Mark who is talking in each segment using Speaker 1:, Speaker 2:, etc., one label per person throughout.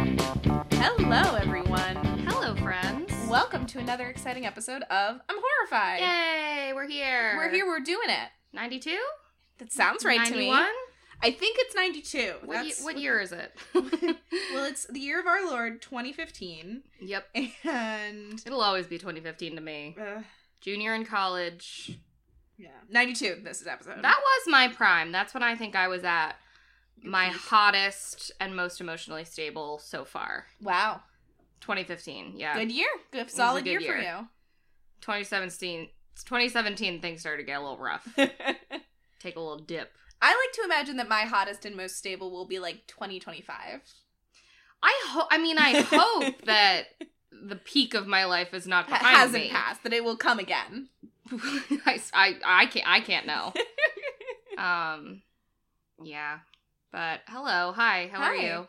Speaker 1: Hello, everyone.
Speaker 2: Hello, friends.
Speaker 1: Welcome to another exciting episode of I'm Horrified.
Speaker 2: Yay, we're here.
Speaker 1: We're here, we're doing it.
Speaker 2: 92?
Speaker 1: That sounds right to
Speaker 2: 91?
Speaker 1: me. I think it's 92.
Speaker 2: What, ye-
Speaker 1: That's-
Speaker 2: what year is it?
Speaker 1: Well, it's the year of our Lord 2015.
Speaker 2: yep.
Speaker 1: And.
Speaker 2: It'll always be 2015 to me.
Speaker 1: Uh,
Speaker 2: Junior in college.
Speaker 1: yeah. 92, this is episode.
Speaker 2: That was my prime. That's when I think I was at my hottest and most emotionally stable so far.
Speaker 1: wow.
Speaker 2: 2015, yeah.
Speaker 1: Good year. Good,
Speaker 2: was a
Speaker 1: solid
Speaker 2: good
Speaker 1: year,
Speaker 2: year. 2017, 2017, things started to get a little rough.
Speaker 1: for you.
Speaker 2: Take a little dip.
Speaker 1: I like to imagine that my hottest and most stable will be like 2025.
Speaker 2: I hope. I mean, I hope that the peak of my life is not
Speaker 1: Ha-
Speaker 2: behind
Speaker 1: hasn't
Speaker 2: me.
Speaker 1: passed, that it will come again.
Speaker 2: I, I, I can't I can't know. um, yeah, but hello, hi, how are
Speaker 1: Hi.
Speaker 2: you?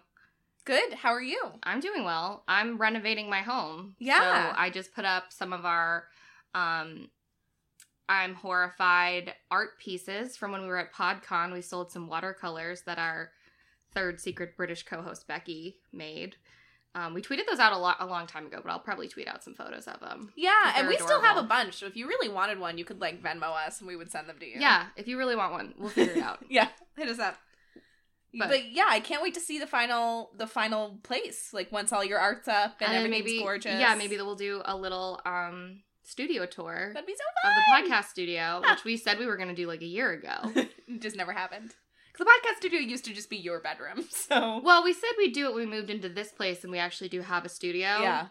Speaker 1: Good. How are you?
Speaker 2: I'm doing well. I'm renovating my home.
Speaker 1: Yeah.
Speaker 2: so I just put up some of our, um, I'm horrified art pieces from when we were at PodCon. We sold some watercolors that our third secret British co-host Becky made. Um, we tweeted those out a lot a long time ago, but I'll probably tweet out some photos of them.
Speaker 1: Yeah,
Speaker 2: Because
Speaker 1: and we
Speaker 2: they're
Speaker 1: still have a
Speaker 2: adorable.
Speaker 1: bunch. So if you really wanted one, you could like Venmo us and we would send them to you.
Speaker 2: yeah, if you really want one, we'll figure it out.
Speaker 1: Yeah. Hit us up. But,
Speaker 2: But-
Speaker 1: yeah, I can't wait to see the final the final place. Like once all your art's up and,
Speaker 2: then
Speaker 1: everything's
Speaker 2: maybe,
Speaker 1: gorgeous.
Speaker 2: Yeah, maybe we'll do a little um studio tour
Speaker 1: that'd be
Speaker 2: of the
Speaker 1: so fun.
Speaker 2: podcast studio,
Speaker 1: Ah.
Speaker 2: which we said we were going to do like a year ago.
Speaker 1: It just never happened. Because the podcast studio used to just be your bedroom. So
Speaker 2: well, we said we'd do it when we moved into this place, and we actually do have a studio.
Speaker 1: yeah,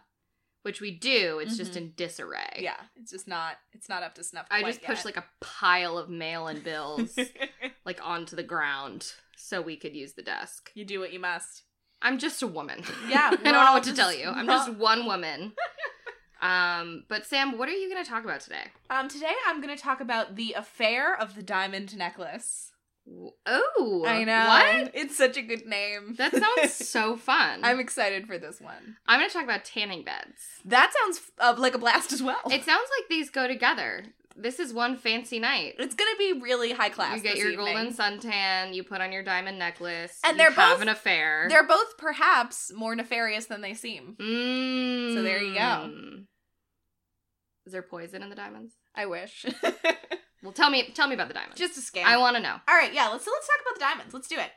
Speaker 2: which we do. It's
Speaker 1: Mhm.
Speaker 2: just in disarray.
Speaker 1: yeah, it's just not it's not up to snuff.
Speaker 2: I
Speaker 1: quite
Speaker 2: just pushed
Speaker 1: yet.
Speaker 2: like a pile of mail and bills like onto the ground so we could use the desk.
Speaker 1: you do what you must.
Speaker 2: I'm just a woman.
Speaker 1: Yeah,
Speaker 2: I don't
Speaker 1: well,
Speaker 2: know what to
Speaker 1: just-
Speaker 2: tell you. I'm
Speaker 1: well-
Speaker 2: just one woman. um, but Sam, what are you going to talk about today?
Speaker 1: Um, today I'm gonna talk about the affair of the diamond necklace.
Speaker 2: W- Oh,
Speaker 1: I know.
Speaker 2: What?
Speaker 1: It's such a good name.
Speaker 2: That sounds so fun.
Speaker 1: I'm
Speaker 2: I'm,
Speaker 1: excited for this one.
Speaker 2: going to talk about tanning beds.
Speaker 1: That sounds uh, like a blast as well.
Speaker 2: It sounds like these go together. This is one fancy night.
Speaker 1: it's gonna be really high class.
Speaker 2: you get
Speaker 1: this
Speaker 2: your
Speaker 1: evening.
Speaker 2: golden suntan, you put on your diamond necklace,
Speaker 1: And
Speaker 2: you
Speaker 1: they're
Speaker 2: have
Speaker 1: both-
Speaker 2: an affair.
Speaker 1: They're both perhaps more nefarious than they seem.
Speaker 2: Mm.
Speaker 1: So there you go.
Speaker 2: Is there poison in the diamonds?
Speaker 1: I wish.
Speaker 2: Well, tell me, tell me about the diamonds.
Speaker 1: Just a scam.
Speaker 2: I want to know.
Speaker 1: All right, yeah. Let's so let's talk about the diamonds. Let's do it.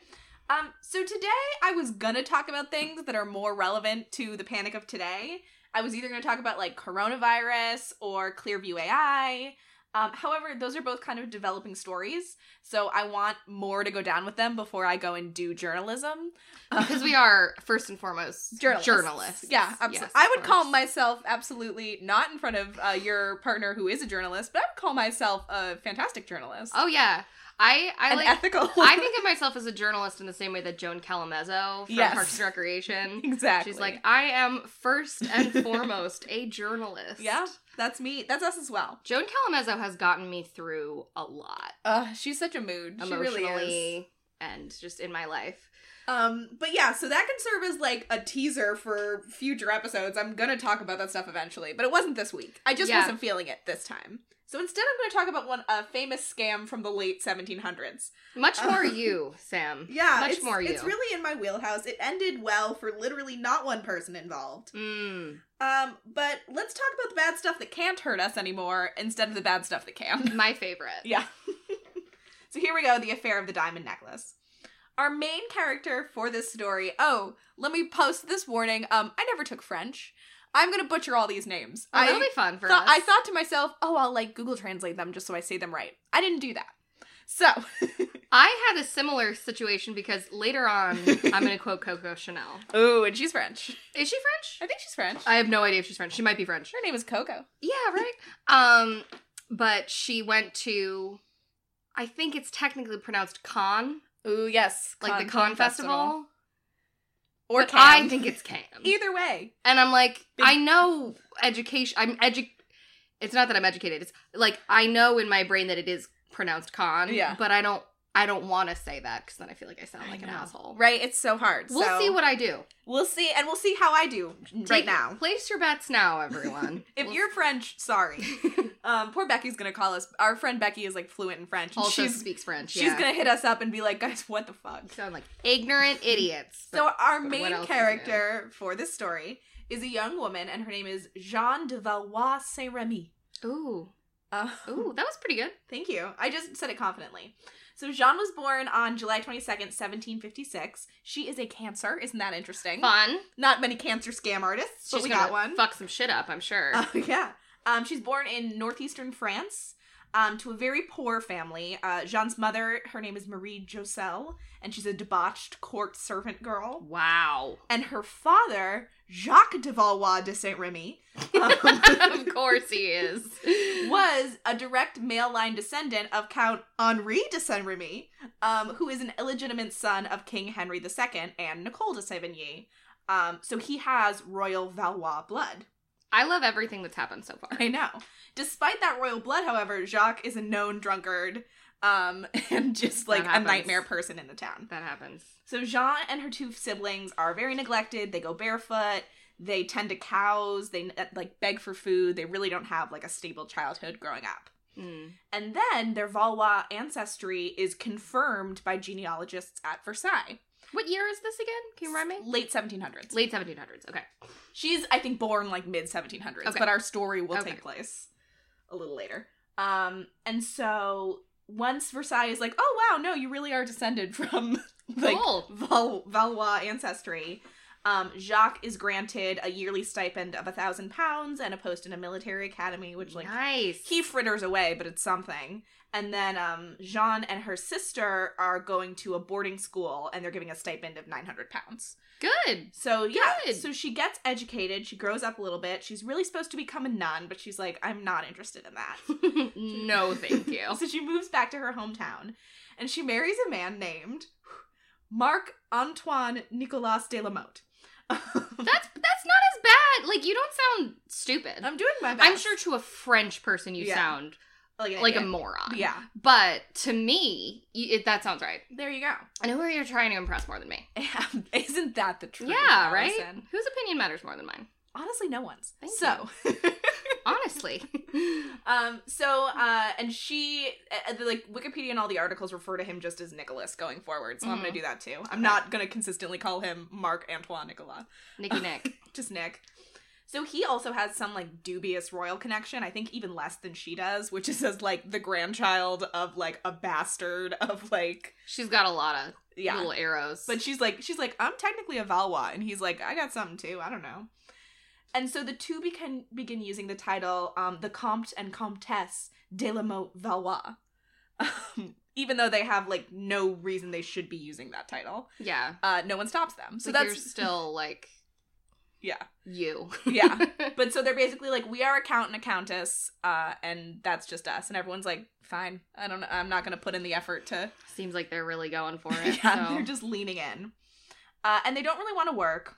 Speaker 1: Um, so today I was gonna talk about things that are more relevant to the panic of today. I was either gonna talk about like coronavirus or Clearview AI. Um, however, those are both kind of developing stories, so I want more to go down with them before I go and do journalism.
Speaker 2: Because we are first and foremost
Speaker 1: Uh-huh. journalists. Yeah, absolutely.
Speaker 2: Yes, of
Speaker 1: I would call
Speaker 2: course.
Speaker 1: myself absolutely not in front of uh, your partner who is a journalist, but I would call myself a fantastic journalist.
Speaker 2: Oh yeah, I I
Speaker 1: an
Speaker 2: like.
Speaker 1: ethical.
Speaker 2: I think of myself as a journalist in the same way that Joan Calamezzo from
Speaker 1: Yes.
Speaker 2: Parks and Recreation.
Speaker 1: exactly.
Speaker 2: She's like, I am first and foremost a journalist.
Speaker 1: yeah, that's me. That's us as well.
Speaker 2: Joan Calamezzo has gotten me through a lot
Speaker 1: Uh, she's such a mood. She
Speaker 2: emotionally
Speaker 1: really is.
Speaker 2: and just in my life.
Speaker 1: Um, but yeah, so that can serve as like a teaser for future episodes. I'm gonna talk about that stuff eventually, but it wasn't this week. I just
Speaker 2: Yeah.
Speaker 1: wasn't feeling it this time. So instead, I'm gonna talk about one a famous scam from the late 1700s.
Speaker 2: Much more
Speaker 1: Um,
Speaker 2: you, Sam.
Speaker 1: Yeah,
Speaker 2: Much
Speaker 1: it's,
Speaker 2: more you.
Speaker 1: It's really in my wheelhouse. It ended well for literally not one person involved.
Speaker 2: Mm.
Speaker 1: Um, but let's talk about the bad stuff that can't hurt us anymore instead of the bad stuff that can.
Speaker 2: My favorite.
Speaker 1: yeah. so here we go. The affair of the diamond necklace. Our main character for this story. Oh, let me post this warning. Um, I never took French. I'm gonna butcher all these names.
Speaker 2: Oh, that'll
Speaker 1: I
Speaker 2: be fun for
Speaker 1: thought,
Speaker 2: us.
Speaker 1: I thought to myself, oh, I'll like Google Translate them just so I say them right. I didn't do that. So
Speaker 2: I had a similar situation because later on, I'm going to quote Coco Chanel.
Speaker 1: oh, and she's French.
Speaker 2: Is she
Speaker 1: I
Speaker 2: French?
Speaker 1: think she's French.
Speaker 2: I have no idea if she's French. She might be French.
Speaker 1: Her name is Coco.
Speaker 2: Yeah, right. Um, but she went to, I think it's technically pronounced con,
Speaker 1: Ooh, yes,
Speaker 2: like the con festival.
Speaker 1: or
Speaker 2: but
Speaker 1: can.
Speaker 2: I think it's can.
Speaker 1: either way.
Speaker 2: and I'm like,
Speaker 1: Big-
Speaker 2: I know education. I'm edu. It's not that I'm educated. It's like I know in my brain that it is pronounced con.
Speaker 1: Yeah.
Speaker 2: But I don't I don't want to say that because then I feel like I sound like an
Speaker 1: know.
Speaker 2: asshole.
Speaker 1: Right? It's so hard.
Speaker 2: We'll
Speaker 1: so-
Speaker 2: see what I do.
Speaker 1: we'll see, and we'll see how I do right
Speaker 2: Take-
Speaker 1: now.
Speaker 2: Place your bets now, everyone.
Speaker 1: If
Speaker 2: We'll-
Speaker 1: you're French, sorry. Um, poor Becky's gonna call us. Our friend Becky is like fluent in French. and
Speaker 2: also
Speaker 1: she's
Speaker 2: speaks French,
Speaker 1: she's
Speaker 2: yeah.
Speaker 1: gonna hit us up and be like, guys, what the fuck?
Speaker 2: You sound like ignorant idiots.
Speaker 1: So our
Speaker 2: but what
Speaker 1: main
Speaker 2: else is new?
Speaker 1: character for this story is a young woman, and her name is Jeanne de Valois Saint Remy.
Speaker 2: ooh,
Speaker 1: Uh,
Speaker 2: ooh, that was pretty good.
Speaker 1: Thank you. I just said it confidently. So Jeanne was born on July 22nd, 1756. She is a cancer. Isn't that interesting?
Speaker 2: Fun.
Speaker 1: Not many cancer scam artists, but
Speaker 2: She's
Speaker 1: we
Speaker 2: gonna
Speaker 1: got one.
Speaker 2: Fuck some shit up, I'm sure.
Speaker 1: Oh, yeah. Um, she's born in northeastern France um, to a very poor family. Uh, Jean's mother, her name is Marie Josel, and she's a debauched court servant girl.
Speaker 2: wow.
Speaker 1: And her father, Jacques de Valois de Saint Remy, um,
Speaker 2: of course he is.
Speaker 1: was a direct male line descendant of Count Henri de Saint Remy, um, who is an illegitimate son of King Henry II and Nicole de Savigny. Um, so he has royal Valois blood.
Speaker 2: I love everything that's happened so far.
Speaker 1: I know. Despite that royal blood, however, Jacques is a known drunkard um, and just like a
Speaker 2: happens.
Speaker 1: nightmare person in the town.
Speaker 2: That happens.
Speaker 1: So Jean and her two siblings are very neglected. They go barefoot. They tend to cows. They uh, like beg for food. They really don't have like a stable childhood growing up.
Speaker 2: Mm.
Speaker 1: And then their Valois ancestry is confirmed by genealogists at Versailles,
Speaker 2: What year is this again? Can you remind me?
Speaker 1: late 1700s.
Speaker 2: Late 1700s. Okay.
Speaker 1: She's, I think, born like mid 1700s,
Speaker 2: Okay.
Speaker 1: but our story will
Speaker 2: Okay.
Speaker 1: take place a little later. Um, and so once Versailles is like, oh wow, no, you really are descended from like
Speaker 2: cool.
Speaker 1: Val- Valois ancestry. Um, Jacques is granted a yearly stipend of a thousand pounds and a post in a military academy, which like
Speaker 2: nice.
Speaker 1: he fritters away, but it's something. And then um, Jean and her sister are going to a boarding school, and they're giving a stipend of nine hundred pounds.
Speaker 2: Good.
Speaker 1: So yeah,
Speaker 2: Good.
Speaker 1: so she gets educated. She grows up a little bit. She's really supposed to become a nun, but she's like, I'm not interested in that.
Speaker 2: no, thank you.
Speaker 1: so she moves back to her hometown, and she marries a man named Marc Antoine Nicolas de la Motte.
Speaker 2: That's that's not as bad. Like you don't sound stupid.
Speaker 1: I'm doing my best.
Speaker 2: I'm sure to a French person you
Speaker 1: Yeah.
Speaker 2: sound
Speaker 1: like, an
Speaker 2: like a
Speaker 1: idiot.
Speaker 2: moron.
Speaker 1: yeah.
Speaker 2: But to me, y it, that sounds right.
Speaker 1: There you go.
Speaker 2: And who are you trying to impress more than me?
Speaker 1: Isn't that the truth?
Speaker 2: yeah, right?
Speaker 1: Allison?
Speaker 2: Whose opinion matters more than mine?
Speaker 1: Honestly, no one's.
Speaker 2: Thank
Speaker 1: so,
Speaker 2: Honestly.
Speaker 1: um, so, uh, and she, uh, the, like Wikipedia and all the articles refer to him just as Nicholas going forward. So I'm
Speaker 2: Mhm.
Speaker 1: gonna do that too. I'm not gonna consistently call him Marc Antoine Nicolas,
Speaker 2: Nicky Nick.
Speaker 1: just Nick. So he also has some like dubious royal connection. I think even less than she does, which is as like the grandchild of like a bastard of like
Speaker 2: She's got a lot of
Speaker 1: yeah.
Speaker 2: little arrows.
Speaker 1: But she's like, she's like, I'm technically a Valois, and he's like, I got something too. I don't know. And so the two begin begin using the title um, the Comte and Comtesse de la Motte Valois, um, even though they have like no reason they should be using that title.
Speaker 2: yeah.
Speaker 1: Uh, no one stops them. So
Speaker 2: So you're
Speaker 1: that's
Speaker 2: still like
Speaker 1: yeah,
Speaker 2: you.
Speaker 1: yeah. but so they're basically like, we are a count and a countess, uh, and that's just us. And everyone's like, fine, I don't, I'm not gonna put in the effort to
Speaker 2: Seems like they're really going for it.
Speaker 1: yeah,
Speaker 2: so.
Speaker 1: they're just leaning in. Uh, and they don't really want to work.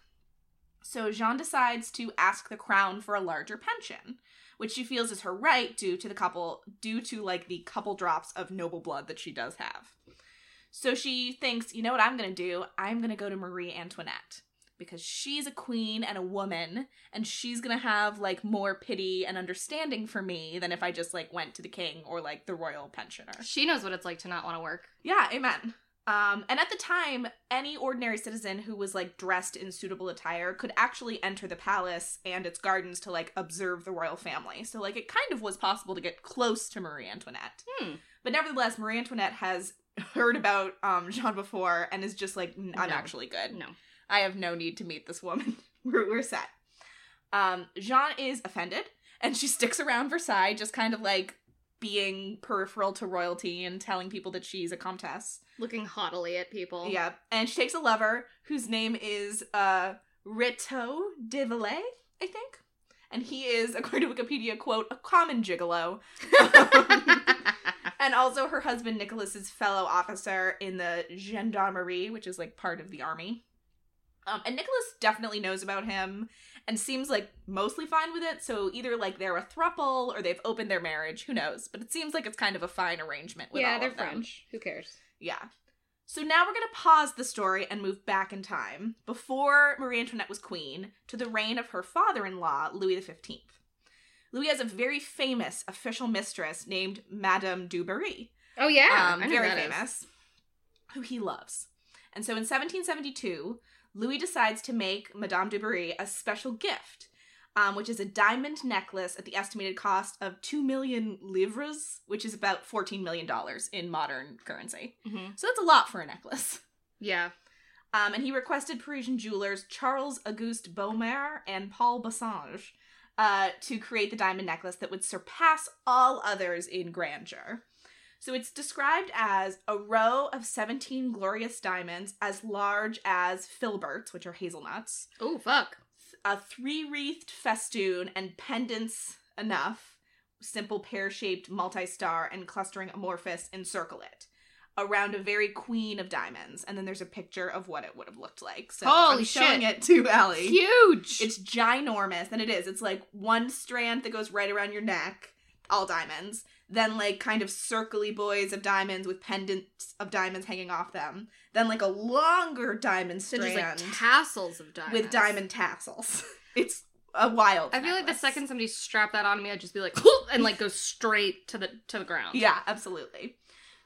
Speaker 1: So Jean decides to ask the crown for a larger pension, which she feels is her right due to the couple due to like the couple drops of noble blood that she does have. So she thinks, you know what I'm going to do? I'm going to go to Marie Antoinette because she's a queen and a woman and she's going to have like more pity and understanding for me than if I just like went to the king or like the royal pensioner.
Speaker 2: she knows what it's like to not want to work.
Speaker 1: Yeah, amen. Um, and at the time, any ordinary citizen who was like dressed in suitable attire could actually enter the palace and its gardens to like observe the royal family. So like it kind of was possible to get close to Marie Antoinette.
Speaker 2: Hmm.
Speaker 1: But nevertheless, Marie Antoinette has heard about um Jean before and is just like, "N- I'm
Speaker 2: No.
Speaker 1: actually good.
Speaker 2: No.
Speaker 1: I have no need to meet this woman. we're, we're set. Um, Jean is offended and she sticks around Versailles, just kind of like being peripheral to royalty and telling people that she's a comtesse.
Speaker 2: Looking haughtily at people.
Speaker 1: Yeah, and she takes a lover whose name is uh Rito de Valet, I think. And he is, according to Wikipedia, quote, a common gigolo, and also her husband Nicholas's fellow officer in the gendarmerie, which is like part of the army. Um, and Nicholas definitely knows about him and seems like mostly fine with it. So either like they're a throuple or they've opened their marriage. Who knows? But it seems like it's kind of a fine arrangement. With all
Speaker 2: yeah,
Speaker 1: of
Speaker 2: they're
Speaker 1: them.
Speaker 2: French. Who cares?
Speaker 1: Yeah. So now we're going to pause the story and move back in time, before Marie Antoinette was queen, to the reign of her father in law, Louis XV. Louis has a very famous official mistress named Madame du Barry,
Speaker 2: Oh yeah,
Speaker 1: um,
Speaker 2: I know
Speaker 1: very
Speaker 2: that is.
Speaker 1: famous, who he loves. And so in 1772, Louis decides to make Madame du Barry a special gift, um, which is a diamond necklace at the estimated cost of 2 million livres, which is about $14 million in modern currency.
Speaker 2: Mhm.
Speaker 1: So that's a lot for a necklace.
Speaker 2: Yeah,
Speaker 1: Um, and he requested Parisian jewelers Charles Auguste Beaumère and Paul Bassange uh, to create the diamond necklace that would surpass all others in grandeur. So it's described as a row of 17 glorious diamonds as large as filberts, which are hazelnuts,
Speaker 2: Oh fuck.
Speaker 1: a three wreathed festoon, and pendants enough, simple pear shaped multi star and clustering amorphous encircle it around a very queen of diamonds. And then there's a picture of what it would have looked like. So
Speaker 2: Holy
Speaker 1: I'm
Speaker 2: shit.
Speaker 1: showing it to Allie.
Speaker 2: Huge.
Speaker 1: It's ginormous, and it is. It's like one strand that goes right around your neck, all diamonds. Then like kind of circly boys of diamonds with pendants of diamonds hanging off them. Then like a longer diamond
Speaker 2: so
Speaker 1: strand
Speaker 2: just like tassels of diamonds
Speaker 1: with diamond tassels. It's a wild.
Speaker 2: I feel like the
Speaker 1: necklace.
Speaker 2: second somebody strapped that on me, I'd just be like, and like go straight to the to the ground.
Speaker 1: Yeah, absolutely.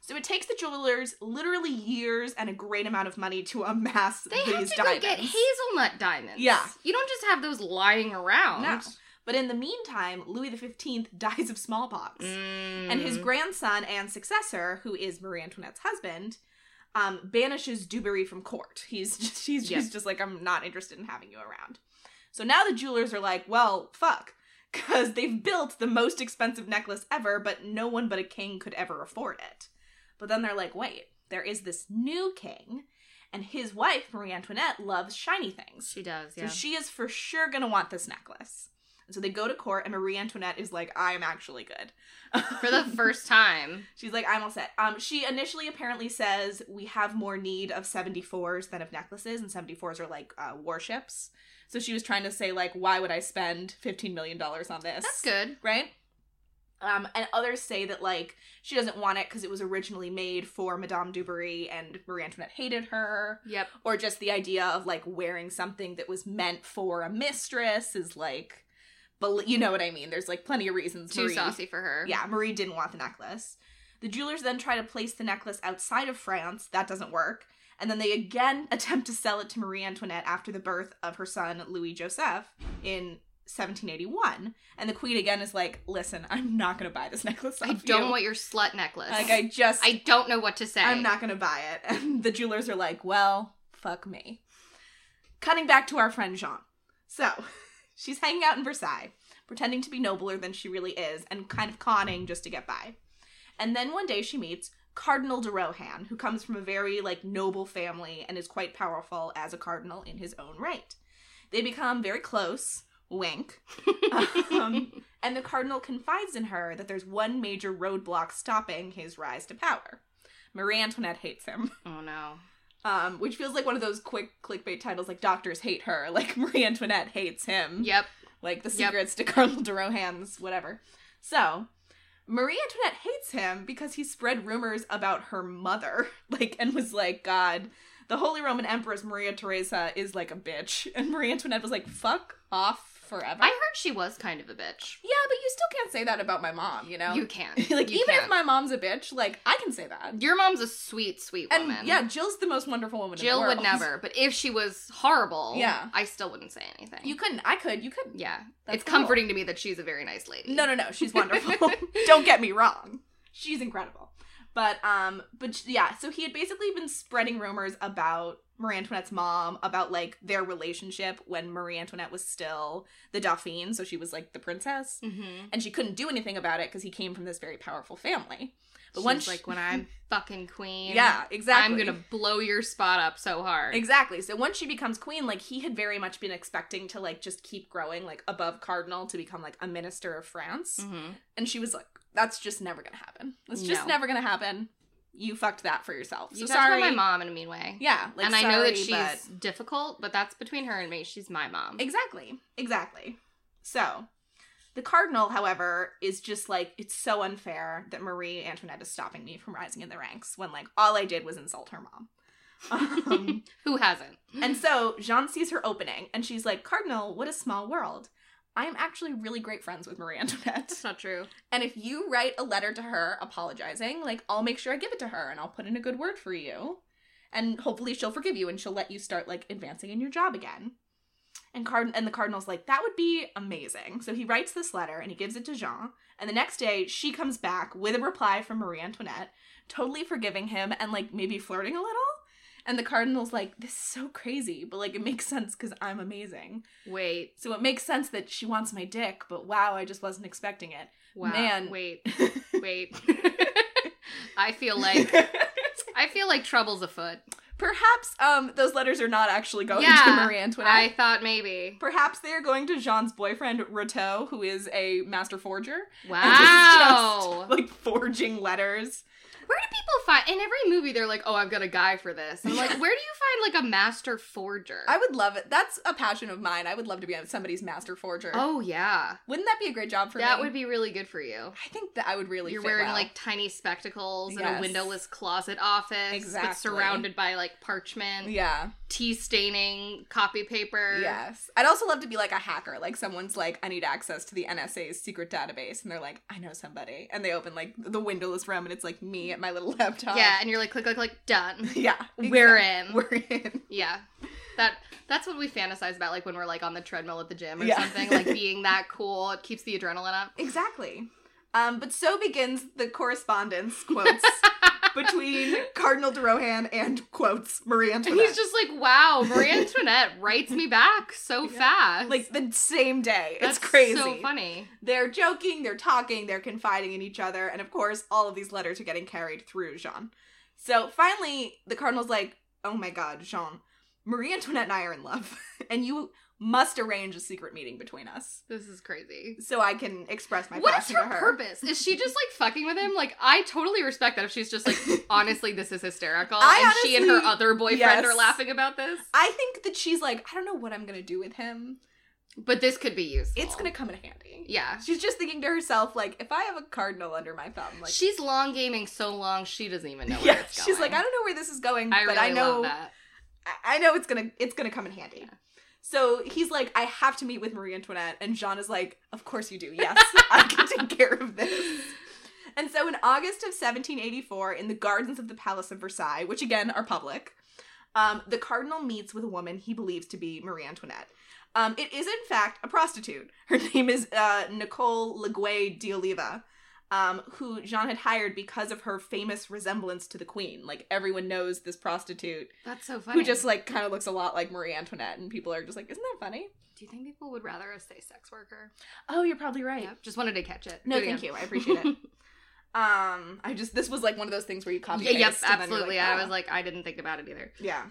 Speaker 1: So it takes the jewelers literally years and a great amount of money to amass
Speaker 2: They
Speaker 1: these
Speaker 2: have to
Speaker 1: diamonds.
Speaker 2: go get hazelnut diamonds.
Speaker 1: Yeah.
Speaker 2: You don't just have those lying around.
Speaker 1: No. but in the meantime, Louis XV dies of smallpox.
Speaker 2: Mm.
Speaker 1: And his grandson and successor, who is Marie Antoinette's husband, um, banishes Dubarry from court. He's just, he's,
Speaker 2: Yeah.
Speaker 1: he's just like, I'm not interested in having you around. So now the jewelers are like, well, fuck, because they've built the most expensive necklace ever, but no one but a king could ever afford it. But then they're like, wait, there is this new king, and his wife, Marie Antoinette, loves shiny things.
Speaker 2: she does.
Speaker 1: So
Speaker 2: Yeah.
Speaker 1: she is for sure gonna want this necklace. And so they go to court, and Marie Antoinette is like, I am actually good.
Speaker 2: For the first time.
Speaker 1: She's like, I'm all set. Um, she initially apparently says we have more need of 74s than of necklaces, and 74s are like uh, warships. So she was trying to say like, why would I spend 15 million dollars on this?
Speaker 2: That's good.
Speaker 1: right? Um, and others say that like she doesn't want it because it was originally made for Madame Dubarry, and Marie Antoinette hated her,
Speaker 2: Yep.
Speaker 1: or just the idea of like wearing something that was meant for a mistress is like, bel- you know what I mean? There's like plenty of reasons.
Speaker 2: Too
Speaker 1: Marie-
Speaker 2: saucy for her.
Speaker 1: yeah, Marie didn't want the necklace. The jewelers then try to place the necklace outside of France. That doesn't work. And then they again attempt to sell it to Marie Antoinette after the birth of her son Louis Joseph in 1781. And the queen again is like, "Listen, I'm not going to buy this necklace.
Speaker 2: I
Speaker 1: off
Speaker 2: don't
Speaker 1: you.
Speaker 2: want your slut necklace.
Speaker 1: Like I just
Speaker 2: I don't know what to say.
Speaker 1: I'm not going to buy it. And the jewelers are like, well, fuck me. Cutting back to our friend Jean. So she's hanging out in Versailles, pretending to be nobler than she really is and kind of conning just to get by. And then one day she meets Cardinal de Rohan, who comes from a very like noble family and is quite powerful as a cardinal in his own right. They become very close, wink. Um, and the cardinal confides in her that there's one major roadblock stopping his rise to power. Marie Antoinette hates him,
Speaker 2: oh no.
Speaker 1: um, which feels like one of those quick clickbait titles like Doctors Hate Her, like Marie Antoinette hates him,
Speaker 2: Yep.
Speaker 1: like The
Speaker 2: Yep.
Speaker 1: Secrets to Cardinal de Rohan's, whatever. So, Marie Antoinette hates him because he spread rumors about her mother, like, and was like, God, the Holy Roman Empress Maria Theresa is like a bitch. And Marie Antoinette was like, fuck off forever.
Speaker 2: I heard she was kind of a bitch.
Speaker 1: yeah, but you still can't say that about my mom, you know?
Speaker 2: You can.
Speaker 1: like,
Speaker 2: You
Speaker 1: even
Speaker 2: can.
Speaker 1: if my mom's a bitch, like, I can say that.
Speaker 2: Your mom's a sweet, sweet
Speaker 1: And
Speaker 2: woman.
Speaker 1: yeah, Jill's the most wonderful woman. in the
Speaker 2: Jill would
Speaker 1: world.
Speaker 2: never, but if she was horrible,
Speaker 1: Yeah.
Speaker 2: I still wouldn't say anything.
Speaker 1: You couldn't. I could. You couldn't.
Speaker 2: yeah,
Speaker 1: That's
Speaker 2: it's
Speaker 1: the rule.
Speaker 2: comforting to me that she's a very nice lady.
Speaker 1: No, no, no. She's wonderful. Don't get me wrong. She's incredible. But um, but sh- yeah. So he had basically been spreading rumors about Marie Antoinette's mom, about like their relationship when Marie Antoinette was still the Dauphine, so she was like the princess,
Speaker 2: Mm-hmm.
Speaker 1: and she couldn't do anything about it because he came from this very powerful family. But
Speaker 2: But
Speaker 1: once,
Speaker 2: once,
Speaker 1: she-
Speaker 2: like, when I'm fucking queen,
Speaker 1: yeah, exactly.
Speaker 2: I'm gonna blow your spot up so hard.
Speaker 1: Exactly. So once she becomes queen, like he had very much been expecting to like just keep growing like above cardinal to become like a minister of France.
Speaker 2: Mhm.
Speaker 1: And she was like, that's just never going to happen. That's just
Speaker 2: No.
Speaker 1: never going to happen. You fucked that for yourself.
Speaker 2: You
Speaker 1: so
Speaker 2: talked about
Speaker 1: sorry.
Speaker 2: my mom in a mean way.
Speaker 1: Yeah, like
Speaker 2: and I know
Speaker 1: sorry,
Speaker 2: that she's
Speaker 1: but-
Speaker 2: difficult, but that's between her and me. She's my mom.
Speaker 1: Exactly. Exactly. So, The cardinal, however, is just like it's so unfair that Marie Antoinette is stopping me from rising in the ranks when like all I did was insult her mom. Um,
Speaker 2: Who hasn't?
Speaker 1: and so Jean sees her opening and she's like, "Cardinal, what a small world." I am actually really great friends with Marie Antoinette.
Speaker 2: that's not true.
Speaker 1: And if you write a letter to her apologizing, like I'll make sure I give it to her and I'll put in a good word for you. And hopefully she'll forgive you and she'll let you start like advancing in your job again. And Card- and the cardinal's like that would be amazing. So he writes this letter and he gives it to Jean. And the next day she comes back with a reply from Marie Antoinette, totally forgiving him and like maybe flirting a little. And the cardinal's like this is so crazy, but like it makes sense cuz I'm amazing.
Speaker 2: Wait.
Speaker 1: So it makes sense that she wants my dick, but wow, I just wasn't expecting it.
Speaker 2: Wow.
Speaker 1: Man.
Speaker 2: Wait. Wait. I feel like I feel like trouble's afoot.
Speaker 1: perhaps um those letters are not actually going to
Speaker 2: Yeah,
Speaker 1: Marie Antoinette.
Speaker 2: I thought maybe.
Speaker 1: Perhaps they are going to Jean's boyfriend Rateau, who is a master forger. and is
Speaker 2: Wow.
Speaker 1: just, like forging letters.
Speaker 2: Where do people find in every movie they're like, "Oh, I've got a guy for this." I'm like, "Where do you find like a master forger?"
Speaker 1: I would love it. That's a passion of mine. I would love to be somebody's master forger.
Speaker 2: oh yeah.
Speaker 1: wouldn't that be a great job for
Speaker 2: That
Speaker 1: me?
Speaker 2: would be really good for you.
Speaker 1: I think that I would really.
Speaker 2: You're
Speaker 1: fit
Speaker 2: wearing
Speaker 1: well.
Speaker 2: like tiny spectacles in
Speaker 1: Yes.
Speaker 2: a windowless closet office,
Speaker 1: Exactly.
Speaker 2: but surrounded by like parchment,
Speaker 1: Yeah.
Speaker 2: tea staining copy paper.
Speaker 1: Yes. I'd also love to be like a hacker. Like someone's like, I need access to the NSA's secret database, and they're like, I know somebody, and they open like the windowless room, and it's like me at my little laptop.
Speaker 2: Yeah, and you're like, click, click, click, done.
Speaker 1: Yeah.
Speaker 2: We're
Speaker 1: exactly.
Speaker 2: in.
Speaker 1: We're in.
Speaker 2: yeah. That that's what we fantasize about, like when we're like on the treadmill at the gym or
Speaker 1: Yeah.
Speaker 2: something. Like being that cool, it keeps the adrenaline up.
Speaker 1: Exactly. Um, but so begins the correspondence, quotes, between Cardinal de Rohan and, quotes, Marie
Speaker 2: And
Speaker 1: Antoinette.
Speaker 2: he's just like, wow, Marie Antoinette writes me back so
Speaker 1: Yeah.
Speaker 2: fast.
Speaker 1: like the same day.
Speaker 2: that's
Speaker 1: it's crazy.
Speaker 2: So funny.
Speaker 1: They're joking, they're talking, they're confiding in each other, and of course, all of these letters are getting carried through Jean. So finally, the Cardinal's like, oh my god, Jean, Marie Antoinette and I are in love, and you must arrange a secret meeting between us
Speaker 2: This is crazy.
Speaker 1: so I can express my
Speaker 2: What is
Speaker 1: passion
Speaker 2: her,
Speaker 1: to her.
Speaker 2: purpose? Is she just like fucking with him? Like, I totally respect that if she's just like, honestly, this is hysterical.
Speaker 1: I
Speaker 2: and she and her
Speaker 1: honestly-
Speaker 2: other boyfriend
Speaker 1: yes.
Speaker 2: are laughing about this.
Speaker 1: I think that she's like, I don't know what I'm gonna do with him.
Speaker 2: But this could be useful.
Speaker 1: It's gonna come in handy.
Speaker 2: Yeah.
Speaker 1: She's just thinking to herself, like, if I have a cardinal under my thumb, like,
Speaker 2: she's long gaming so long she doesn't even know where
Speaker 1: yeah,
Speaker 2: it's going.
Speaker 1: she's like, I don't know where this is going,
Speaker 2: I
Speaker 1: but
Speaker 2: really
Speaker 1: I know
Speaker 2: love that.
Speaker 1: I- I know it's gonna it's gonna come in handy.
Speaker 2: Yeah.
Speaker 1: So he's like, I have to meet with Marie Antoinette, and Jean is like, Of course you do. Yes, I can take care of this. And so in August of 1784, in the gardens of the Palace of Versailles, which again are public, um, the cardinal meets with a woman he believes to be Marie Antoinette. Um, it is in fact a prostitute. Her name is uh, Nicole Leguay d'Oliva, um, who Jean had hired because of her famous resemblance to the queen. Like everyone knows this prostitute
Speaker 2: That's so funny.
Speaker 1: who just like kind of looks a lot like Marie Antoinette, and people are just like, "Isn't that funny?"
Speaker 2: Do you think people would rather us say sex worker?
Speaker 1: Oh, you're probably right.
Speaker 2: Yep, Just wanted to catch it.
Speaker 1: No,
Speaker 2: Do it
Speaker 1: thank
Speaker 2: again.
Speaker 1: you. I appreciate it. um, I just this was like one of those things where you copy.
Speaker 2: Yeah,
Speaker 1: paste,
Speaker 2: yep,
Speaker 1: and then you're
Speaker 2: absolutely.
Speaker 1: Like,
Speaker 2: I
Speaker 1: "Oh."
Speaker 2: was like, I didn't think about it either.
Speaker 1: yeah.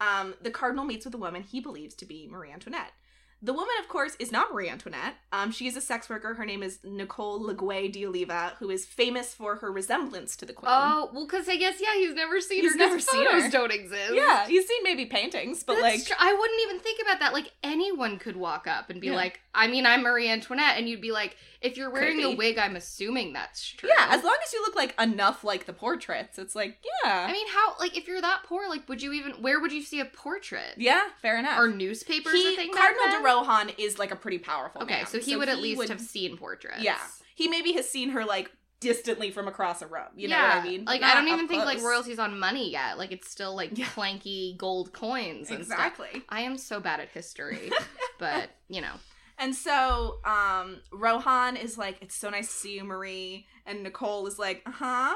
Speaker 1: Um, the cardinal meets with a woman he believes to be Marie Antoinette. The woman, of course, is not Marie Antoinette. Um, she is a sex worker. Her name is Nicole Leguay d'Oliva, who is famous for her resemblance to the queen.
Speaker 2: Oh, well, because I guess yeah, he's never seen
Speaker 1: He's
Speaker 2: her.
Speaker 1: never
Speaker 2: His
Speaker 1: seen
Speaker 2: photos
Speaker 1: her.
Speaker 2: don't exist.
Speaker 1: yeah, he's seen maybe paintings, but
Speaker 2: That's
Speaker 1: like,
Speaker 2: tr- I wouldn't even think about that. Like anyone could walk up and be
Speaker 1: Yeah.
Speaker 2: like, "I mean, I'm Marie Antoinette," and you'd be like, "If you're wearing
Speaker 1: Creepy.
Speaker 2: a wig, I'm assuming that's true."
Speaker 1: yeah, as long as you look like enough like the portraits, it's like, yeah,
Speaker 2: I mean, how like if you're that poor, like would you even where would you see a portrait?
Speaker 1: yeah, fair enough.
Speaker 2: Are newspapers a
Speaker 1: he,
Speaker 2: thing? back
Speaker 1: Cardinal de
Speaker 2: then?
Speaker 1: Rohan is like a pretty powerful
Speaker 2: Okay,
Speaker 1: man,
Speaker 2: so he would at least have seen portraits.
Speaker 1: Yeah. He maybe has seen her like distantly from across a room. You know what I mean?
Speaker 2: Like
Speaker 1: Not
Speaker 2: I don't
Speaker 1: up
Speaker 2: even think like
Speaker 1: close.
Speaker 2: royalties on money yet. Like it's still like
Speaker 1: Yeah.
Speaker 2: clanky gold coins and stuff.
Speaker 1: Exactly.
Speaker 2: I am so bad at history, but you know,
Speaker 1: And so um Rohan is like, It's so nice to see you, Marie. And Nicole is like, huh?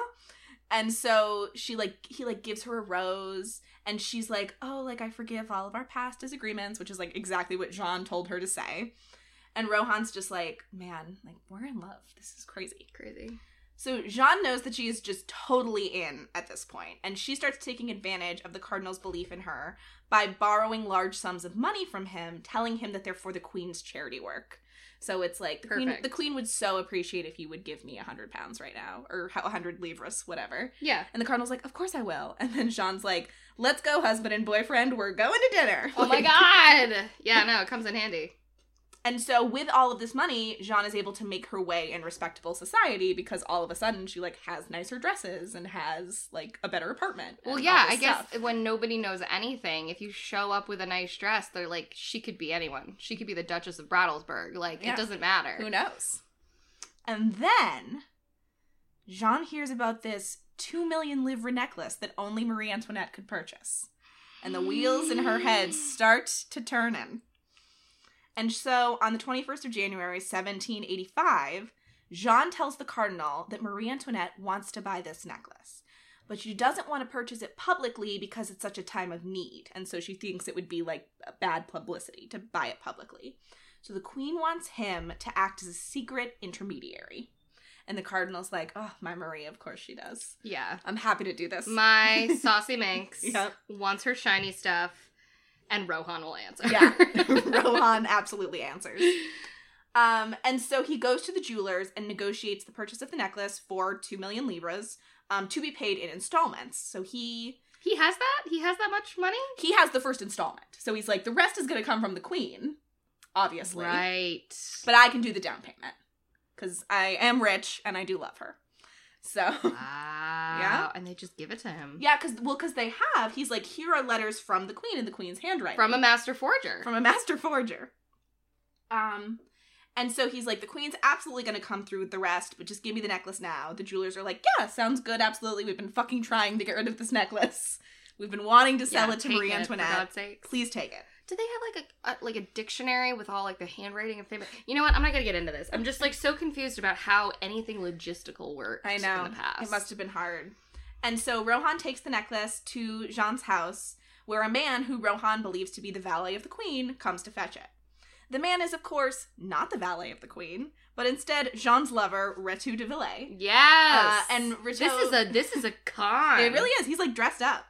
Speaker 1: And so she like he like gives her a rose and she's like, Oh, like I forgive all of our past disagreements, which is like exactly what Jean told her to say. And Rohan's just like, Man, like we're in love. This is crazy.
Speaker 2: crazy.
Speaker 1: So Jean knows that she is just totally in at this point, and she starts taking advantage of the cardinal's belief in her by borrowing large sums of money from him, telling him that they're for the queen's charity work. So it's like the queen,
Speaker 2: Perfect.
Speaker 1: the queen would so appreciate if you would give me a hundred pounds right now, or a hundred livres, whatever.
Speaker 2: Yeah.
Speaker 1: And the cardinal's like, "Of course I will." And then Jean's like, "Let's go, husband and boyfriend. We're going to dinner."
Speaker 2: Oh my
Speaker 1: Like-
Speaker 2: god. Yeah, no, it comes in handy.
Speaker 1: And so with all of this money, Jean is able to make her way in respectable society because all of a sudden she like has nicer dresses and has like a better apartment.
Speaker 2: Well,
Speaker 1: and
Speaker 2: yeah,
Speaker 1: all
Speaker 2: I
Speaker 1: this
Speaker 2: guess
Speaker 1: stuff.
Speaker 2: when nobody knows anything, if you show up with a nice dress, they're like, she could be anyone. She could be the Duchess of Brattlesburg. Like,
Speaker 1: Yeah.
Speaker 2: it doesn't matter.
Speaker 1: Who knows? And then Jean hears about this 2 million livre necklace that only Marie Antoinette could purchase. And the wheels in her head start to turn in. And so on the 21st of January, 1785, Jean tells the cardinal that Marie Antoinette wants to buy this necklace. But she doesn't want to purchase it publicly because it's such a time of need. And so she thinks it would be like bad publicity to buy it publicly. So the queen wants him to act as a secret intermediary. And the cardinal's like, oh, my Marie, of course she does.
Speaker 2: Yeah.
Speaker 1: I'm happy to do this.
Speaker 2: My saucy minx
Speaker 1: Yep.
Speaker 2: wants her shiny stuff, and Rohan will answer.
Speaker 1: yeah. Rohan absolutely answers. Um, and so he goes to the jewelers and negotiates the purchase of the necklace for 2 million libras um, to be paid in installments. So he
Speaker 2: he has that? He has that much money?
Speaker 1: he has the first installment. So he's like, the rest is going to come from the queen, obviously.
Speaker 2: Right.
Speaker 1: But I can do the down payment because I am rich and I do love her. So.
Speaker 2: wow. Yeah. And they just give it to him.
Speaker 1: Yeah, because well, because they have. He's like, here are letters from the queen in the queen's handwriting
Speaker 2: From a master forger.
Speaker 1: from a master forger. Um, and so he's like, the queen's absolutely gonna come through with the rest, but just give me the necklace now. The jewelers are like, yeah, sounds good. Absolutely, we've been fucking trying to get rid of this necklace. We've been wanting to sell
Speaker 2: Yeah,
Speaker 1: it to
Speaker 2: take
Speaker 1: Marie
Speaker 2: for
Speaker 1: Antoinette.
Speaker 2: God's sake.
Speaker 1: Please take it.
Speaker 2: Do they have like a, a like a dictionary with all like the handwriting and things? You know what? I'm not gonna get into this. I'm just like so confused about how anything logistical works.
Speaker 1: I know.
Speaker 2: In the past,
Speaker 1: It must have been hard. And so Rohan takes the necklace to Jean's house, where a man who Rohan believes to be the valet of the queen comes to fetch it. The man is, of course, not the valet of the queen, but instead Jean's lover, Retu de Villers.
Speaker 2: Yes.
Speaker 1: Uh, and Rito,
Speaker 2: this is a this is a con.
Speaker 1: it really is. He's like dressed up.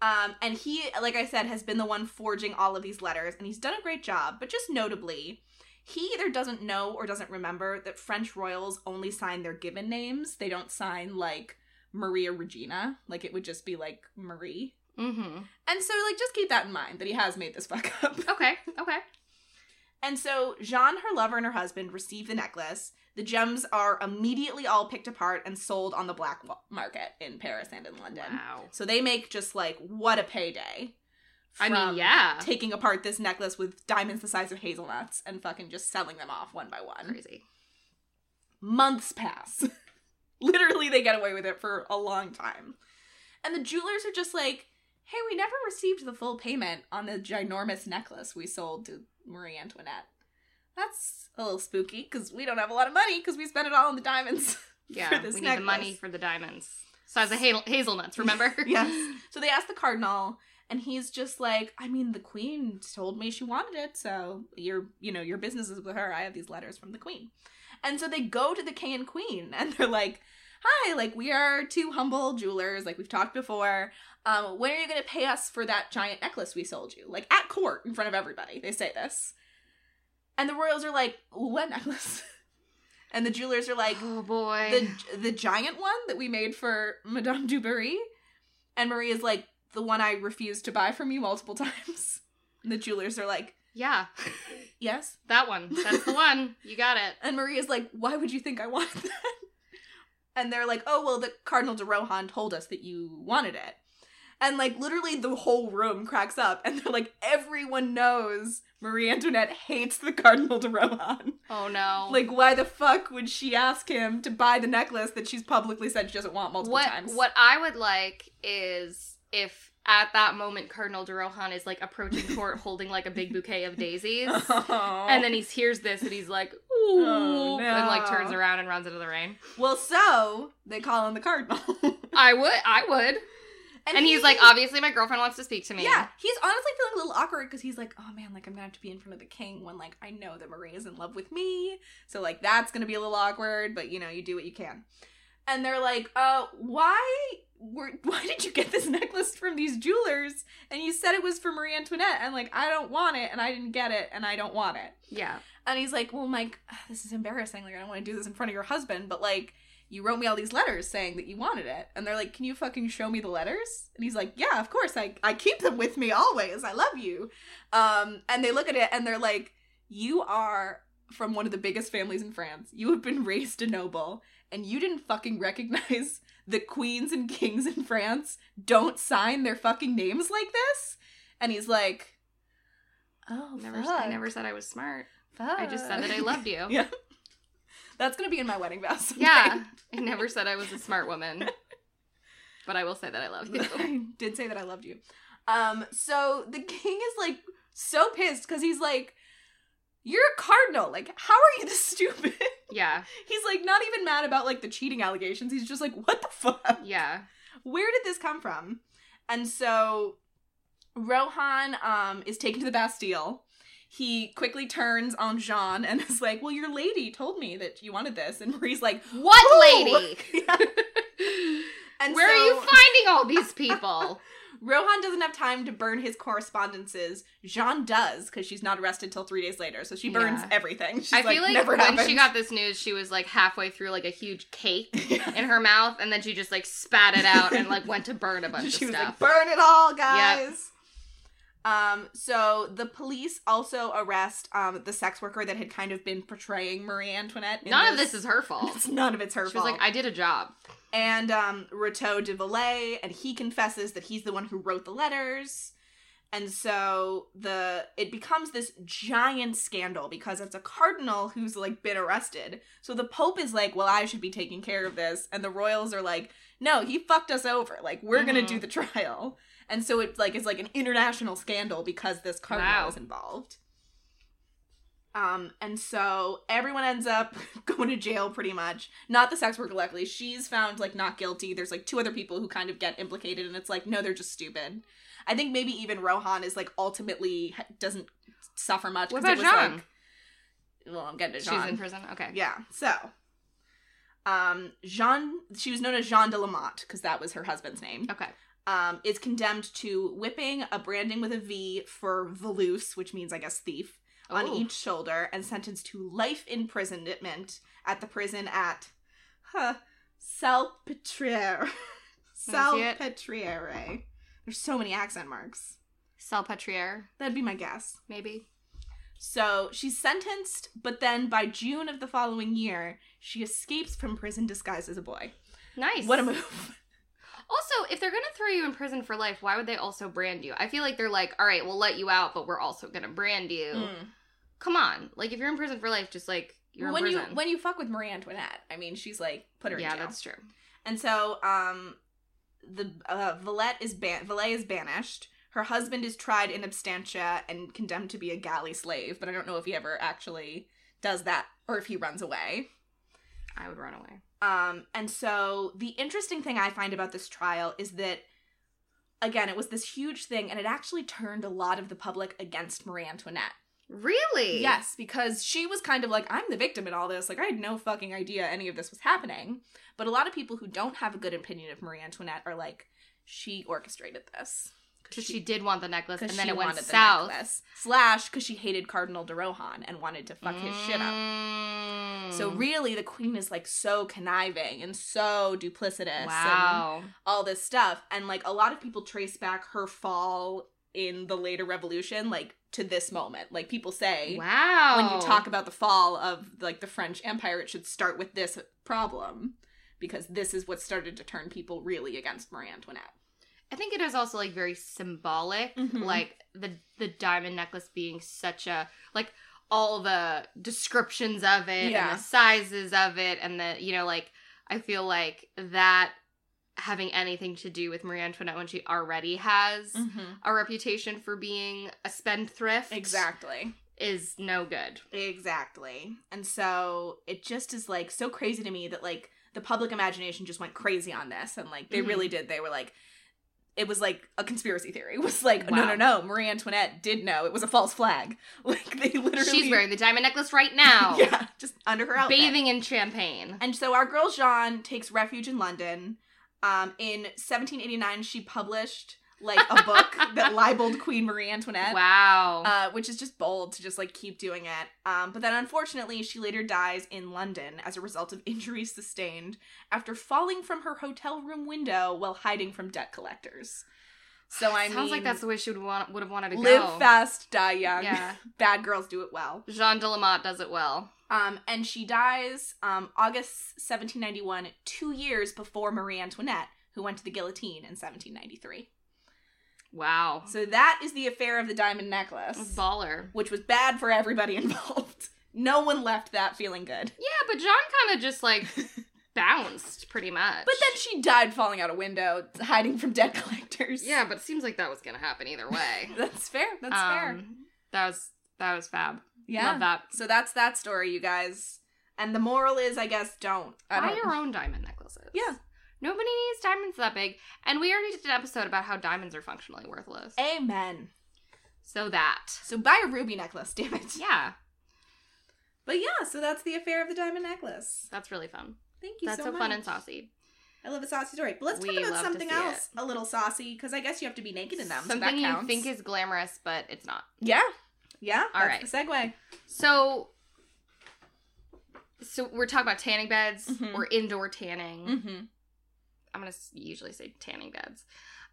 Speaker 1: Um, and he, like I said, has been the one forging all of these letters, and he's done a great job. But just notably, he either doesn't know or doesn't remember that French royals only sign their given names. They don't sign like Maria Regina. Like it would just be like Marie.
Speaker 2: Mm-hmm.
Speaker 1: And so, like, just keep that in mind that he has made this fuck up.
Speaker 2: Okay. Okay.
Speaker 1: And so Jean, her lover, and her husband receive the necklace. The gems are immediately all picked apart and sold on the black wa- market in Paris and in London.
Speaker 2: Wow.
Speaker 1: So they make just like what a payday.
Speaker 2: I mean,
Speaker 1: from
Speaker 2: yeah.
Speaker 1: Taking apart this necklace with diamonds the size of hazelnuts and fucking just selling them off one by one.
Speaker 2: Crazy.
Speaker 1: Months pass. Literally, they get away with it for a long time. And the jewelers are just like, hey, we never received the full payment on the ginormous necklace we sold to Marie Antoinette. That's a little spooky because we don't have a lot of money because we spent it all on the diamonds.
Speaker 2: Yeah.
Speaker 1: this
Speaker 2: we need
Speaker 1: necklace.
Speaker 2: the money for the diamonds. Size of hazel- hazelnuts. Remember?
Speaker 1: Yes. So they asked the cardinal, and he's just like, I mean, the queen told me she wanted it, so your you know your business is with her. I have these letters from the queen, and so they go to the king and queen, and they're like, Hi, like we are two humble jewelers, like we've talked before. Um, when are you going to pay us for that giant necklace we sold you? Like at court in front of everybody, they say this, and the royals are like, What necklace? and the jewelers are like,
Speaker 2: oh boy.
Speaker 1: the the giant one that we made for Madame Dubarry. And Marie is like, the one I refused to buy from you multiple times. And the jewelers are like,
Speaker 2: yeah.
Speaker 1: yes.
Speaker 2: That one. That's the one. You got it.
Speaker 1: And Marie is like, why would you think I wanted that? And they're like, oh, well, the Cardinal de Rohan told us that you wanted it. And like, literally, the whole room cracks up. And they're like, everyone knows Marie Antoinette hates the Cardinal de Rohan.
Speaker 2: Oh no.
Speaker 1: Like, why the fuck would she ask him to buy the necklace that she's publicly said she doesn't want multiple
Speaker 2: what
Speaker 1: times?
Speaker 2: what I would like is if at that moment Cardinal de Rohan is like approaching court holding like a big bouquet of daisies. And then he hears this and he's like, ooh,
Speaker 1: Oh,
Speaker 2: and like
Speaker 1: no.
Speaker 2: turns around and runs into the rain.
Speaker 1: well, so they call on the cardinal,
Speaker 2: I would, I would. And, he's
Speaker 1: he-
Speaker 2: like, obviously, my girlfriend wants to speak to me.
Speaker 1: yeah, he's honestly feeling a little awkward because he's like, oh man, like I'm gonna have to be in front of the king when like I know that Marie is in love with me, so like that's gonna be a little awkward, but you know you do what you can. And they're like, uh, why were why did you get this necklace from these jewelers? And you said it was for Marie Antoinette, and like I don't want it, and I didn't get it, and I don't want it.
Speaker 2: yeah.
Speaker 1: And he's like, "Well, Mike, this is embarrassing. Like, I don't want to do this in front of your husband, but like, you wrote me all these letters saying that you wanted it." And they're like, "Can you fucking show me the letters?" And he's like, "Yeah, of course. I I keep them with me always. I love you." Um, and they look at it and they're like, you are from one of the biggest families in France. You have been raised a noble, and you didn't fucking recognize the queens and kings in France don't sign their fucking names like this. And he's like, "Oh,
Speaker 2: Never,
Speaker 1: fuck.
Speaker 2: I never said I was smart.
Speaker 1: Fuck.
Speaker 2: I just said that I loved you.
Speaker 1: Yeah. That's gonna be in my wedding vows. someday.
Speaker 2: Yeah, I never said I was a smart woman, but I will say that I love you.
Speaker 1: I did say that I loved you. Um, so the king is like so pissed because he's like, You're a cardinal. Like, how are you this stupid?
Speaker 2: Yeah,
Speaker 1: he's like not even mad about like the cheating allegations. He's just like, What the fuck?
Speaker 2: yeah,
Speaker 1: Where did this come from? And so Rohan um is taken to the Bastille. He quickly turns on Jean and is like, Well, your lady told me that you wanted this. And Marie's like,
Speaker 2: What
Speaker 1: "Who?"
Speaker 2: lady?
Speaker 1: Yeah. And
Speaker 2: Where are you
Speaker 1: so-
Speaker 2: finding all these people?
Speaker 1: Rohan doesn't have time to burn his correspondences. Jean does because she's not arrested till three days later, so she burns
Speaker 2: Yeah.
Speaker 1: everything. She's
Speaker 2: I feel like,
Speaker 1: never
Speaker 2: when
Speaker 1: happened."
Speaker 2: she got this news, she was like halfway through like a huge cake
Speaker 1: Yeah.
Speaker 2: in her mouth, and then she just like spat it out and like went to burn a bunch
Speaker 1: she
Speaker 2: of
Speaker 1: was
Speaker 2: stuff.
Speaker 1: like, "Burn it all, guys." Um. So the police also arrest um the sex worker that had kind of been portraying Marie Antoinette. in
Speaker 2: None of this is her fault.
Speaker 1: It's- None of it's her
Speaker 2: She was
Speaker 1: fault.
Speaker 2: like, I did a job.
Speaker 1: and um Rateau de Valet, and he confesses that he's the one who wrote the letters. And so the it becomes this giant scandal because it's a cardinal who's like been arrested. So the pope is like, "Well, I should be taking care of this." And the royals are like, "No, he fucked us over. Like, we're going
Speaker 2: Mhm.
Speaker 1: to do the trial." And so it's like it's like an international scandal because this cardinal
Speaker 2: Wow.
Speaker 1: is involved. Um, and so everyone ends up going to jail pretty much. Not the sex worker, luckily. She's found like not guilty. There's like two other people who kind of get implicated, and it's like, no, they're just stupid. I think maybe even Rohan is like ultimately ha- doesn't suffer much.
Speaker 2: What
Speaker 1: 'cause
Speaker 2: about
Speaker 1: it was, like-
Speaker 2: Jean?
Speaker 1: well, I'm getting to
Speaker 2: She's
Speaker 1: Jean.
Speaker 2: in prison. Okay.
Speaker 1: Yeah. So, um, Jean, she was known as Jean de Lamont because that was her husband's name
Speaker 2: Okay.
Speaker 1: um, is condemned to whipping, a branding with a V for Valoose, which means, I guess, thief, on E
Speaker 2: Ooh.
Speaker 1: each shoulder, and sentenced to life imprisonment at the prison at huh, Salpetriere.
Speaker 2: Fancy it.
Speaker 1: Salpetriere. There's so many accent marks.
Speaker 2: Salpetriere,
Speaker 1: That'd be my guess.
Speaker 2: maybe.
Speaker 1: So she's sentenced, but then by June of the following year, she escapes from prison disguised as a boy.
Speaker 2: Nice.
Speaker 1: What a move.
Speaker 2: Also, if they're gonna throw you in prison for life, why would they also brand you? I feel like they're like, all right, we'll let you out, but we're also gonna brand you.
Speaker 1: Mm.
Speaker 2: Come on, like if you're in prison for life, just like you're
Speaker 1: When
Speaker 2: in
Speaker 1: you
Speaker 2: prison.
Speaker 1: when you fuck with Marie Antoinette, I mean, she's like put her
Speaker 2: yeah,
Speaker 1: in jail.
Speaker 2: that's true.
Speaker 1: And so, um, the uh, Valette is ban- Valet is banished. Her husband is tried in abstantia and condemned to be a galley slave, but I don't know if he ever actually does that or if he runs away.
Speaker 2: I would run away.
Speaker 1: Um, and so the interesting thing I find about this trial is that, again, it was this huge thing, and it actually turned a lot of the public against Marie Antoinette.
Speaker 2: Really?
Speaker 1: Yes, because she was kind of like, I'm the victim in all this. Like, I had no fucking idea any of this was happening. But a lot of people who don't have a good opinion of Marie Antoinette are like, she orchestrated this.
Speaker 2: Because she, did want the necklace, and
Speaker 1: 'cause
Speaker 2: then
Speaker 1: she
Speaker 2: it went
Speaker 1: wanted the
Speaker 2: south.
Speaker 1: necklace. Slash, because she hated Cardinal de Rohan and wanted to fuck his shit up.
Speaker 2: Mm.
Speaker 1: So really, the queen is like so conniving and uh, so duplicitous. And
Speaker 2: wow.
Speaker 1: all this stuff. And like a lot of people trace back her fall in the later revolution, like to this moment. Like people say,
Speaker 2: Wow.
Speaker 1: when you talk about the fall of like the French Empire, it should start with this problem because this is what started to turn people really against Marie Antoinette.
Speaker 2: I think it is also like very symbolic,
Speaker 1: Mhm.
Speaker 2: like the the diamond necklace being such a like all the descriptions of it
Speaker 1: Yeah.
Speaker 2: and the sizes of it and the you know like I feel like that having anything to do with Marie Antoinette when she already has
Speaker 1: Mm-hmm.
Speaker 2: a reputation for being a spendthrift
Speaker 1: Exactly.
Speaker 2: is no good.
Speaker 1: Exactly. And so it just is like so crazy to me that like the public imagination just went crazy on this and like they
Speaker 2: Mhm.
Speaker 1: really did. They were like it was like a conspiracy theory. It was like no
Speaker 2: Wow.
Speaker 1: no no, Marie Antoinette did know. It was a false flag. Like they literally
Speaker 2: She's wearing the diamond necklace right now.
Speaker 1: Yeah, just under her outfit.
Speaker 2: Bathing in champagne.
Speaker 1: And so our girl Jean takes refuge in London. Um, in 1789, she published like a book that libeled Queen Marie Antoinette,
Speaker 2: Wow.
Speaker 1: uh, which is just bold to just like keep doing it. Um, but then unfortunately, she later dies in London as a result of injuries sustained after falling from her hotel room window while hiding from debt collectors. So I
Speaker 2: Sounds
Speaker 1: mean,
Speaker 2: like that's the way she would want would have wanted to
Speaker 1: live
Speaker 2: go.
Speaker 1: fast, die young.
Speaker 2: Yeah.
Speaker 1: Bad girls do it well.
Speaker 2: Jean de Lamotte does it well.
Speaker 1: Um, and she dies um, August 1791, two years before Marie Antoinette, who went to the guillotine in 1793.
Speaker 2: Wow.
Speaker 1: So that is the affair of the diamond necklace,
Speaker 2: Baller.
Speaker 1: which was bad for everybody involved. No one left that feeling good.
Speaker 2: Yeah, but John kind of just like bounced pretty much.
Speaker 1: But then she died falling out a window, hiding from debt collectors.
Speaker 2: yeah, but it seems like that was gonna happen either way.
Speaker 1: That's fair. That's fair.
Speaker 2: Um, That was that was fab.
Speaker 1: Yeah.
Speaker 2: Love that.
Speaker 1: So that's that story, you guys. And the moral is, I guess, don't. I
Speaker 2: Buy
Speaker 1: don't.
Speaker 2: your own diamond necklaces.
Speaker 1: Yeah.
Speaker 2: Nobody needs diamonds that big. And we already did an episode about how diamonds are functionally worthless.
Speaker 1: Amen.
Speaker 2: So that.
Speaker 1: So buy a ruby necklace, damn it.
Speaker 2: Yeah,
Speaker 1: But yeah, so that's the affair of the diamond necklace.
Speaker 2: that's really fun.
Speaker 1: Thank you
Speaker 2: That's
Speaker 1: so,
Speaker 2: so,
Speaker 1: much.
Speaker 2: fun and saucy.
Speaker 1: I love a saucy story. But let's
Speaker 2: We
Speaker 1: talk
Speaker 2: love
Speaker 1: about
Speaker 2: to
Speaker 1: something
Speaker 2: see it.
Speaker 1: else a little saucy, because I guess you have to be naked in them. so that
Speaker 2: Something you
Speaker 1: counts.
Speaker 2: think is glamorous, but it's not.
Speaker 1: Yeah. Yeah.
Speaker 2: All
Speaker 1: that's the segue.
Speaker 2: So, so we're talking about tanning beds
Speaker 1: Mhm.
Speaker 2: or indoor tanning.
Speaker 1: Mm-hmm.
Speaker 2: I'm gonna s- usually say tanning beds.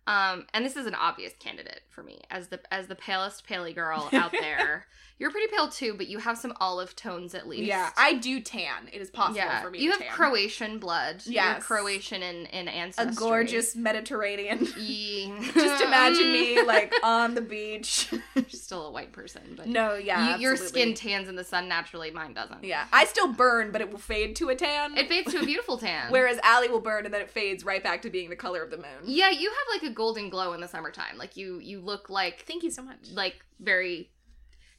Speaker 2: Um, and this is an obvious candidate for me as the as the palest paley girl out there. You're pretty pale too, but you have some olive tones at least.
Speaker 1: Yeah. I do tan. It is possible for me
Speaker 2: You
Speaker 1: to
Speaker 2: have
Speaker 1: tan.
Speaker 2: Croatian blood. You're
Speaker 1: Yes.
Speaker 2: Croatian in, in
Speaker 1: a
Speaker 2: ancestry.
Speaker 1: gorgeous Mediterranean.
Speaker 2: Ye-
Speaker 1: Just imagine me like on the beach.
Speaker 2: You're still a white person, but
Speaker 1: No, yeah.
Speaker 2: you- your
Speaker 1: absolutely.
Speaker 2: skin tans in the sun naturally. Mine doesn't.
Speaker 1: Yeah, I still burn, but it will fade to a tan.
Speaker 2: it fades to a beautiful tan.
Speaker 1: Whereas Allie will burn and then it fades right back to being the color of the moon.
Speaker 2: yeah, you have like a golden glow in the summertime. Like you, you look like
Speaker 1: Thank you so much.
Speaker 2: like very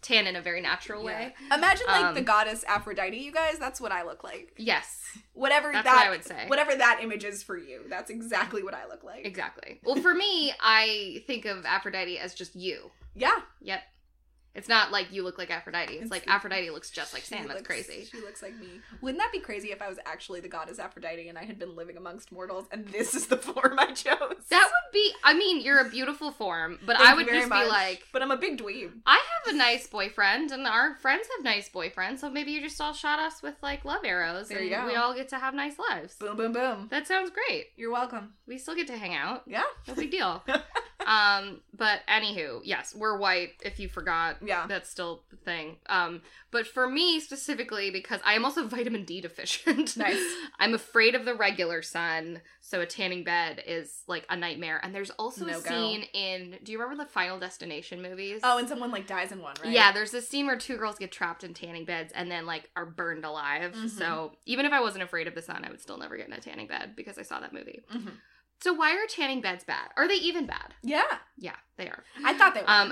Speaker 2: tan in a very natural way.
Speaker 1: Imagine like the
Speaker 2: Um,
Speaker 1: goddess Aphrodite, you guys. That's what I look like.
Speaker 2: Yes,
Speaker 1: Whatever
Speaker 2: that's what I
Speaker 1: that,
Speaker 2: would say.
Speaker 1: whatever that image is for you, that's exactly what I look like.
Speaker 2: exactly. Well, for me, I think of Aphrodite as just you.
Speaker 1: Yeah,
Speaker 2: Yep. It's not like you look like Aphrodite. It's
Speaker 1: It's-
Speaker 2: like Aphrodite looks just like
Speaker 1: She
Speaker 2: Sam. That's
Speaker 1: looks-
Speaker 2: crazy.
Speaker 1: She looks like me. Wouldn't that be crazy if I was actually the goddess Aphrodite and I had been living amongst mortals and this is the form I chose?
Speaker 2: That would be. I mean, you're a beautiful form, but
Speaker 1: Thank
Speaker 2: I
Speaker 1: you
Speaker 2: would
Speaker 1: very
Speaker 2: just
Speaker 1: much.
Speaker 2: be like,
Speaker 1: but I'm a big dweeb.
Speaker 2: I have a nice boyfriend, and our friends have nice boyfriends. So maybe you just all shot us with like love arrows,
Speaker 1: There
Speaker 2: and
Speaker 1: you go.
Speaker 2: we all get to have nice lives.
Speaker 1: Boom, boom, boom.
Speaker 2: That sounds great.
Speaker 1: You're welcome.
Speaker 2: We still get to hang out.
Speaker 1: Yeah,
Speaker 2: No big deal. um, but anywho, yes, we're white. If you forgot,
Speaker 1: yeah.
Speaker 2: that's still the thing. Um, but for me specifically, because I am also vitamin D deficient.
Speaker 1: Nice.
Speaker 2: I'm afraid of the regular sun, so a tanning bed is like a nightmare. And there's also
Speaker 1: No
Speaker 2: a
Speaker 1: go.
Speaker 2: scene in. Do you remember the Final Destination movies?
Speaker 1: Oh, and someone like dies in one, right?
Speaker 2: Yeah, there's this scene where two girls get trapped in tanning beds and then like are burned alive.
Speaker 1: Mhm.
Speaker 2: So even if I wasn't afraid of the sun, I would still never get in a tanning bed because I saw that movie.
Speaker 1: Mhm.
Speaker 2: So why are tanning beds bad? Are they even bad?
Speaker 1: Yeah,
Speaker 2: Yeah, they are.
Speaker 1: I thought they were.
Speaker 2: Um,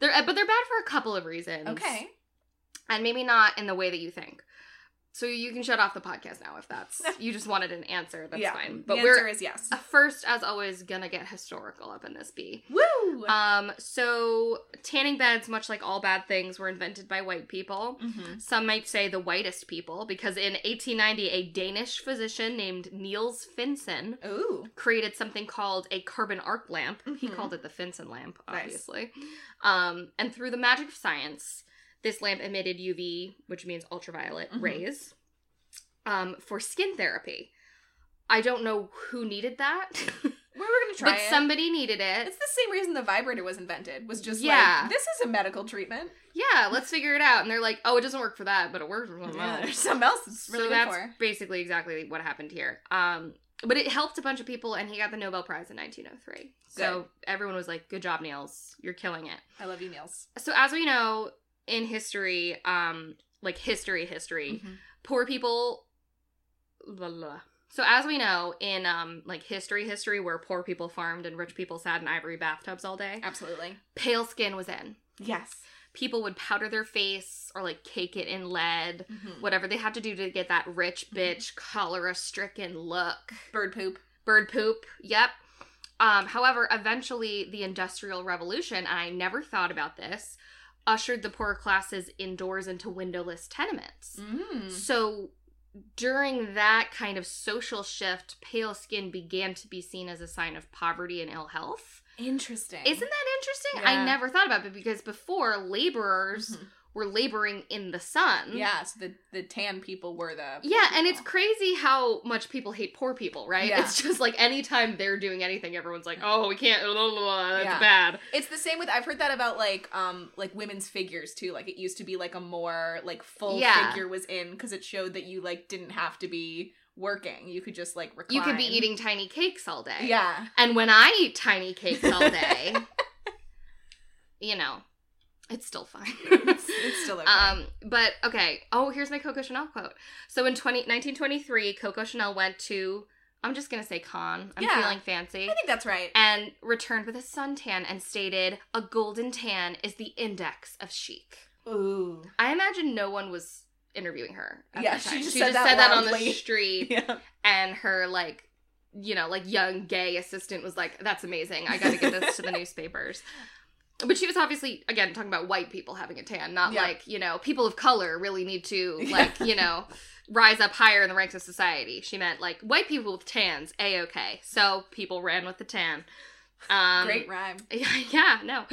Speaker 2: they're but they're bad for a couple of reasons.
Speaker 1: okay.
Speaker 2: and maybe not in the way that you think. So you can shut off the podcast now if that's you just wanted an answer. That's
Speaker 1: Yeah,
Speaker 2: fine.
Speaker 1: But
Speaker 2: But
Speaker 1: the
Speaker 2: we're
Speaker 1: answer is yes.
Speaker 2: first, as always, gonna get historical up in this bee.
Speaker 1: Woo!
Speaker 2: Um, so tanning beds, much like all bad things, were invented by white people.
Speaker 1: Mhm.
Speaker 2: Some might say the whitest people, because in 1890, a Danish physician named Niels Finsen
Speaker 1: Ooh.
Speaker 2: created something called a carbon arc lamp. He
Speaker 1: Mhm.
Speaker 2: called it the Finsen lamp,
Speaker 1: Nice.
Speaker 2: obviously. Um, and through the magic of science, this lamp emitted UV, which means ultraviolet
Speaker 1: Mhm.
Speaker 2: rays, um, for skin therapy. I don't know who needed that,
Speaker 1: We were gonna try
Speaker 2: but
Speaker 1: it.
Speaker 2: somebody needed it.
Speaker 1: it's the same reason the vibrator was invented. Was just
Speaker 2: Yeah.
Speaker 1: like this is a medical treatment.
Speaker 2: yeah, let's figure it out. And they're like, oh, it doesn't work for that, but it works for something
Speaker 1: Yeah,
Speaker 2: else.
Speaker 1: there's something else it's really
Speaker 2: so
Speaker 1: good
Speaker 2: that's
Speaker 1: for.
Speaker 2: basically exactly what happened here. Um, but it helped a bunch of people, and he got the Nobel Prize in 1903. So everyone was like, "Good job, Niels! You're killing it."
Speaker 1: I love you, Niels.
Speaker 2: So as we know in history, um, like history, history,
Speaker 1: Mm-hmm.
Speaker 2: poor people. Blah, blah, blah. So as we know in um, like history, history, where poor people farmed and rich people sat in ivory bathtubs all day,
Speaker 1: Absolutely.
Speaker 2: pale skin was in.
Speaker 1: Yes.
Speaker 2: People would powder their face or like cake it in lead
Speaker 1: Mhm.
Speaker 2: whatever they had to do to get that rich bitch cholera stricken look.
Speaker 1: Bird poop.
Speaker 2: Bird poop. Yep. Um, however, eventually the Industrial Revolution, and I never thought about this, ushered the poorer classes indoors into windowless tenements.
Speaker 1: Mm.
Speaker 2: So during that kind of social shift, pale skin began to be seen as a sign of poverty and ill health.
Speaker 1: Interesting.
Speaker 2: Isn't that interesting? I
Speaker 1: Yeah.
Speaker 2: never thought about it because before laborers
Speaker 1: Mhm.
Speaker 2: were laboring in the sun.
Speaker 1: Mm-hmm. Yeah, so the the tan people were the
Speaker 2: Yeah, and
Speaker 1: people.
Speaker 2: it's crazy how much people hate poor people, right?
Speaker 1: Yeah.
Speaker 2: It's just like anytime they're doing anything, everyone's like, "Oh, we can't. blah, blah, blah, that's
Speaker 1: Yeah.
Speaker 2: bad."
Speaker 1: It's the same with I've heard that about like um like women's figures too. Like it used to be like a more like full
Speaker 2: Yeah.
Speaker 1: figure was in because it showed that you like didn't have to be working. You could just like recline.
Speaker 2: You could be eating tiny cakes all day.
Speaker 1: Yeah.
Speaker 2: And when I eat tiny cakes all day, you know, it's still fine.
Speaker 1: It's- it's still okay.
Speaker 2: Um, but okay. Oh, here's my Coco Chanel quote. So in 20, 1923, Coco Chanel went to, I'm just going to say con. I'm
Speaker 1: Yeah.
Speaker 2: feeling fancy.
Speaker 1: I think that's right.
Speaker 2: And returned with a suntan and stated, a golden tan is the index of chic.
Speaker 1: Ooh.
Speaker 2: I imagine no one was interviewing her. at
Speaker 1: Yeah,
Speaker 2: that
Speaker 1: she
Speaker 2: time.
Speaker 1: just
Speaker 2: she
Speaker 1: said
Speaker 2: just
Speaker 1: that
Speaker 2: said that on
Speaker 1: loudly.
Speaker 2: the street
Speaker 1: Yeah.
Speaker 2: and her like you know like young gay assistant was like that's amazing i gotta get this to the newspapers but she was obviously again talking about white people having a tan not
Speaker 1: Yeah.
Speaker 2: like you know people of color really need to
Speaker 1: Yeah.
Speaker 2: like you know rise up higher in the ranks of society she meant like white people with tans a-ok so people ran with the tan um
Speaker 1: Great rhyme.
Speaker 2: yeah no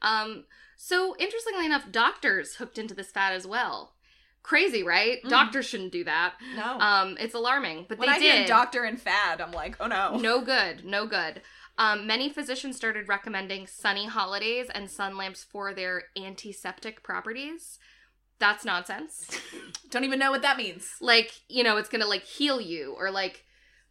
Speaker 2: um so interestingly enough doctors hooked into this fad as well crazy right
Speaker 1: Mm.
Speaker 2: doctors shouldn't do that
Speaker 1: No.
Speaker 2: um, it's alarming, but
Speaker 1: Oh. when
Speaker 2: they
Speaker 1: I
Speaker 2: did.
Speaker 1: hear doctor and fad, I'm like, oh no.
Speaker 2: no good, no good. Um, many physicians started recommending sunny holidays and sun lamps for their antiseptic properties. That's nonsense.
Speaker 1: Don't even know what that means.
Speaker 2: like you know, it's gonna like heal you or like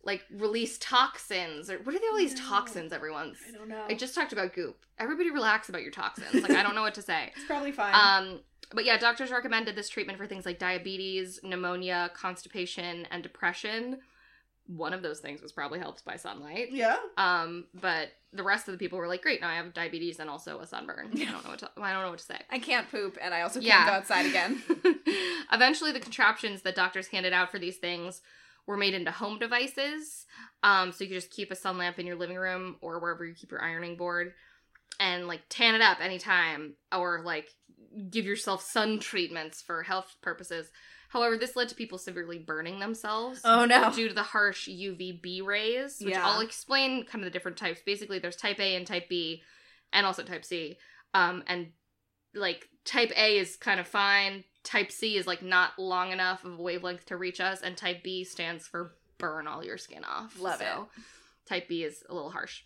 Speaker 2: like release toxins or what are they all these
Speaker 1: No.
Speaker 2: toxins? Everyone's.
Speaker 1: I don't know.
Speaker 2: I just talked about goop. Everybody relax about your toxins. Like I don't know what to say.
Speaker 1: it's probably fine.
Speaker 2: Um, but yeah, doctors recommended this treatment for things like diabetes, pneumonia, constipation, and depression. One of those things was probably helped by sunlight.
Speaker 1: yeah.
Speaker 2: Um, but the rest of the people were like, "Great, now I have diabetes and also a sunburn. I don't know what to, I don't know what to say."
Speaker 1: I can't poop and I also can't
Speaker 2: Yeah.
Speaker 1: go outside again.
Speaker 2: Eventually, the contraptions that doctors handed out for these things were made into home devices. Um, so you could just keep a sun lamp in your living room or wherever you keep your ironing board and like tan it up anytime or like give yourself sun treatments for health purposes. However, this led to people severely burning themselves
Speaker 1: Oh no.
Speaker 2: due to the harsh UVB rays, which
Speaker 1: Yeah.
Speaker 2: I'll explain kind of the different types. Basically, there's type A and type B, and also type C. Um, and like type A is kind of fine. Type C is like not long enough of a wavelength to reach us, and type B stands for burn all your skin off.
Speaker 1: Love it.
Speaker 2: Type B is a little harsh.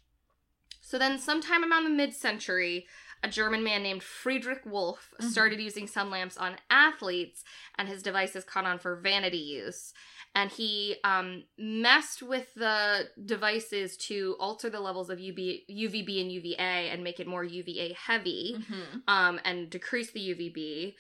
Speaker 2: So then, sometime around the mid-century, a German man named Friedrich Wolff
Speaker 1: Mhm.
Speaker 2: started using sun lamps on athletes, and his devices caught on for vanity use. And he um, messed with the devices to alter the levels of UV, UVB and UVA and make it more UVA heavy
Speaker 1: Mhm.
Speaker 2: um, and decrease the UVB